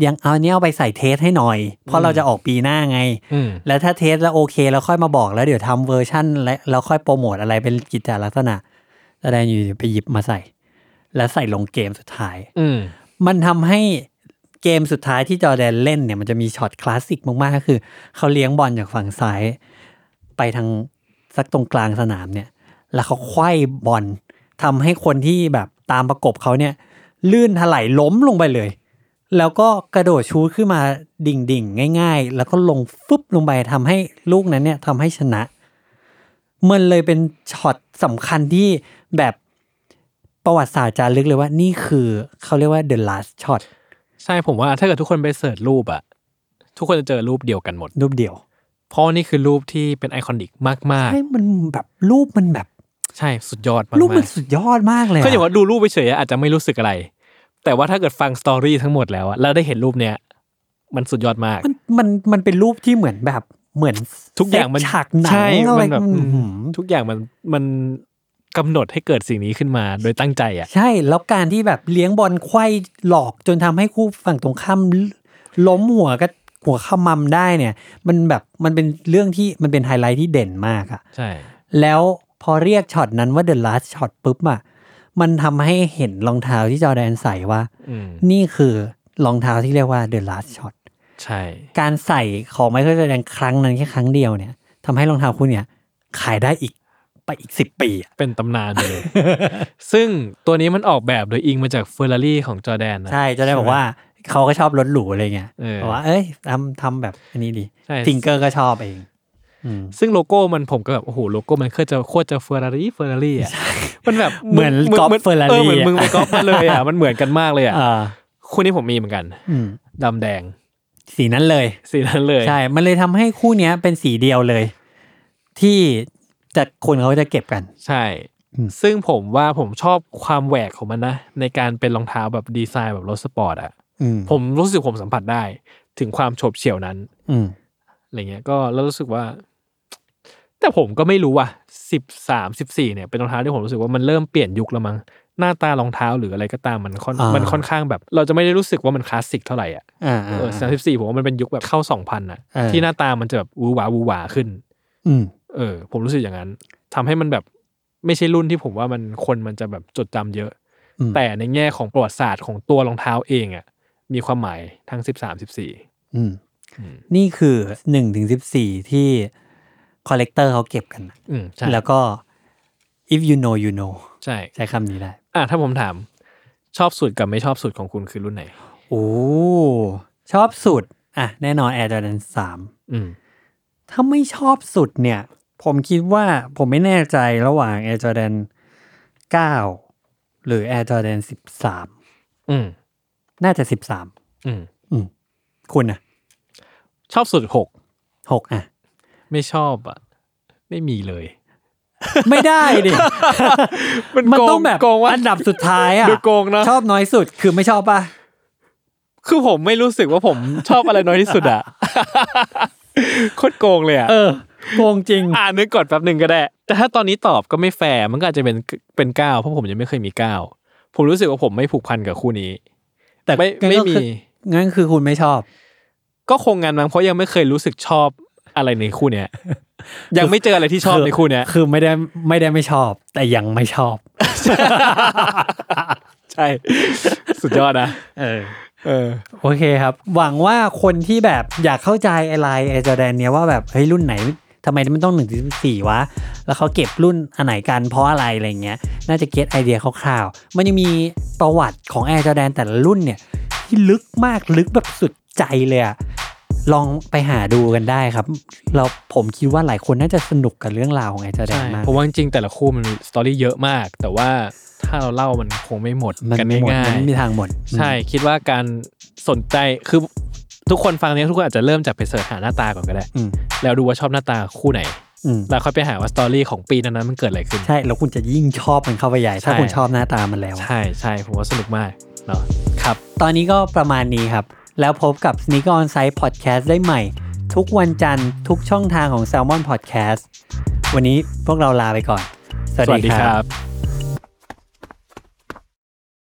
ยังเอาเนี้ยเอาไปใส่เทสให้หน่อย เพราะเราจะออกปีหน้าไง อืม แล้วถ้าเทสแล้วโอเคแล้วค่อยมาบอกแล้วเดี๋ยวทำเวอร์ชั่นและแล้วค่อยโปรโมทอะไรเป็นกิจจลักษณะแสดงอยู่ดีไปหยิบมาใส่ แล้วใส่ลงเกมสุดท้าย อืม มันทำให้เกมสุดท้ายที่จอร์แดนเล่นเนี่ย มันจะมีช็อตคลาสสิกมากๆก็คือ เขาเลี้ยงบอลจากฝั่งซ้าย ไปทางสักตรงกลางสนามเนี่ย แล้วเขาไขว้บอลทำให้คนที่แบบตามประกบเขาเนี่ย ลื่นถลายล้มลงไปเลย แล้วก็กระโดดชูขึ้นมาดิ่งดิ่งๆ ง่าย ๆ แล้วก็ลงฟึบลงไปทำให้ลูกนั้นเนี่ยทำให้ชนะ มันเลยเป็นช็อตสำคัญที่แบบประวัติศาสตร์จารึกเลยว่านี่คือเขาเรียกว่า the last shot ใช่ผมว่าถ้าเกิดทุกคนไปเสิร์ชรูปอะทุกคนจะเจอรูปเดียวกันหมด รูปเดียว เพราะนี่คือรูปที่เป็นไอคอนิกมาก ใช่มันแบบรูปมันแบบ ๆ ใช่สุดยอดมากๆ รูปมันสุดยอดมากเลยอะ ก็อย่างว่าดูรูปไปเฉยๆอาจจะไม่รู้สึกอะไร แต่ว่าถ้าเกิดฟังสตอรี่ทั้งหมดแล้วอะแล้วได้เห็นรูปเนี้ยมันสุดยอดมาก มันมันมันเป็นรูปที่เหมือนแบบเหมือน ทุกอย่างมัน เซ็ตฉากหนัง ใช่ อะไร มันแบบ อื้อหือ ทุกอย่างมันมันกำหนดให้เกิดสิ่งนี้ขึ้นมา โดยตั้งใจอ่ะ ใช่แล้วการที่แบบเลี้ยงบอลไขว้หลอกจนทำให้คู่ฝั่งตรงข้ามล้มหัวกับหัวขมำได้เนี่ย มันแบบมันเป็นเรื่องที่มันเป็นไฮไลท์ที่เด่นมากอะ ใช่ แล้วพอเรียกช็อตนั้นว่า The Last Shot ปุ๊บอะมันทำให้เห็นรองเท้าที่จอร์แดนใส่ว่า อืม นี่คือรองเท้าที่เรียกว่า The Last Shot ใช่ การใส่ของไมเคิลจอร์แดนครั้งนั้นแค่ครั้งเดียวเนี่ยทำให้รองเท้าคู่เนี่ยขายได้อีก ไปอีกสิบปีอะ เป็นตำนานไปเลย ซึ่งตัวนี้มันออกแบบโดยอิงมาจากเฟอร์รารี่ของจอร์แดนนะ ใช่จะได้บอกว่าเขาก็ชอบรถหรูอะไรเงี้ย เออ บอกว่า เอ้ยทำทำแบบอันนี้ดี ใช่ ทิงเกอร์ก็ชอบเองอืม ซึ่งโลโก้มันผมก็แบบ โอ้โห โลโก้มันเคยจะโคตรจะเฟอร์รารี่เฟอร์รารี่อ่ะมันแบบ เหมือนก๊อป Ferrari เออเหมือนมึง อะ ไปก๊อปมาเลยอ่ะ มันเหมือนกันมากเลยอ่ะ อ่า คู่นี้ผมมีเหมือนกัน อืม ดำแดง สีนั้นเลย สีนั้นเลย ใช่ มันเลยทำให้คู่เนี้ยเป็นสีเดียวเลย ที่จะคนเขาจะเก็บกัน ใช่ อืม ซึ่งผมว่าผมชอบความแหวกของมันนะ ในการเป็นรองเท้าแบบดีไซน์แบบรถสปอร์ตอ่ะ อืม ผมรู้สึกผมสัมผัสได้ ถึงความโฉบเฉี่ยวนั้น อืม อะไรเงี้ยก็แล้วรู้สึกว่า แต่ผมก็ไม่รู้ว่ะสิบสามสิบสี่เนี่ยเป็นรองเท้าที่ผมรู้สึกว่ามันเริ่มเปลี่ยนยุคแล้วมั้งหน้าตารองเท้าหรืออะไรก็ตามมันค่อน อ่ามั มันค่อนข้างแบบ เราจะไม่ได้รู้สึกว่ามันคลาสสิกเท่าไหร่อ่ะ อ่า เอ อ่า อสาม อ่า สิบสี่ผมว่ามันเป็นยุคแบบเข้าสองพันอ่ะ เออ ที่หน้าตามันจะแบบวูหวาวูหวาขึ้น อืม เออ ผมรู้สึกอย่างนั้นทำให้มันแบบไม่ใช่รุ่นที่ผมว่ามันคนมันจะแบบจดจำเยอะ อืม แต่ในแง่ของประวัติศาสตร์ของตัวรองเท้าเองอ่ะมีความหมายทั้งสิบสามสิบสี่ อืม อืม นี่คือหนึ่งถึงสิบสี่ที่คอลเลกเตอร์เขาเก็บกันนะ อืมใช่ แล้วก็ if you know you know ใช่ ใช้คำนี้ได้ อ่ะถ้าผมถามชอบสุดกับไม่ชอบสุดของคุณคือรุ่นไหน โอ้ชอบสุด อ่ะ แน่นอน Air Jordan อืม 3 ถ้าไม่ชอบสุดเนี่ย ผมคิดว่าผมไม่แน่ใจระหว่าง Air Jordan 9 หรือ Air Jordan 13 อืม น่าจะ อืม 13 คุณนะ ชอบสุดหก 6อ่ะ ไม่ชอบอ่ะ ไม่มีเลย ไม่ได้ ดิ มันต้องแบบ โกงว่า อันดับสุดท้ายอ่ะ ดูโกงเนอะ ชอบน้อยสุดคือไม่ชอบป่ะ คือผมไม่รู้สึกว่าผมชอบอะไรน้อยที่สุดอ่ะ โคตรโกงเลยอ่ะ เออโกงจริง อ่านนึกก่อนแป๊บหนึ่งก็ได้ แต่ถ้าตอนนี้ตอบก็ไม่แฟร์มันก็อาจจะเป็นเป็นเก้าเพราะผมยังไม่เคยมีเก้าผมรู้สึกว่าผมไม่ผูกพันกับคู่นี้ แต่ไม่ งั้น ไม่ ก็ มี คืองั้นคือคุณไม่ชอบ ก็คงงานมั้งเพราะยังไม่เคยรู้สึกชอบอะไรในคู่เนี้ย ยังไม่เจออะไรที่ชอบในคู่เนี้ย คือไม่ได้ไม่ได้ไม่ชอบ แต่ยังไม่ชอบ ใช่ สุดยอดนะ เออ เออ โอเคครับ หวังว่าคนที่แบบอยากเข้าใจอะไรไอจอแดนเนี้ยว่าแบบเฮ้ยรุ่นไหนทำไมมันต้องหนึ่งถึงสี่วะ แล้วเขาเก็บรุ่นอันไหนกันเพราะอะไรอะไรเงี้ย น่าจะเก็ตไอเดียคร่าวๆ มันยังมีประวัติของแอร์จอแดนแต่ละรุ่นเนี่ยที่ลึกมากลึกแบบสุดใจเลยอะลองไปหาดูกันได้ครับ เราผมคิดว่าหลายคนน่าจะสนุกกับเรื่องราวของแอร์จอแดนมาก เพราะว่าจริงๆแต่ละคู่มันมีสตอรี่เยอะมาก แต่ว่าถ้าเราเล่ามันคงไม่หมด มัน กัน ไม่หมด ง่าย มันไม่มีทางหมด ๆใช่ คิดว่าการสนใจคือทุกคนฟังเนี้ยทุกคนอาจจะเริ่มจากไปเสิร์ชหาหน้าตาก่อนก็ได้ อืม แล้วดูว่าชอบหน้าตาคู่ไหน อืม แล้วค่อยไปหาว่าสตอรี่ของปีนั้นๆมันเกิดอะไรขึ้น ใช่ แล้วคุณจะยิ่งชอบมันเข้าไปใหญ่ ถ้า ใช่ คุณชอบหน้าตามันแล้ว ใช่ใช่ผมว่าสนุกมากเนาะครับ ตอนนี้ก็ประมาณนี้ครับ แล้วพบกับ Sneak On Site Podcast ได้ใหม่ ทุกวันจันทร์ทุกช่องทางของ Salmon Podcast วันนี้พวกเราลาไปก่อน สวัสดีครับ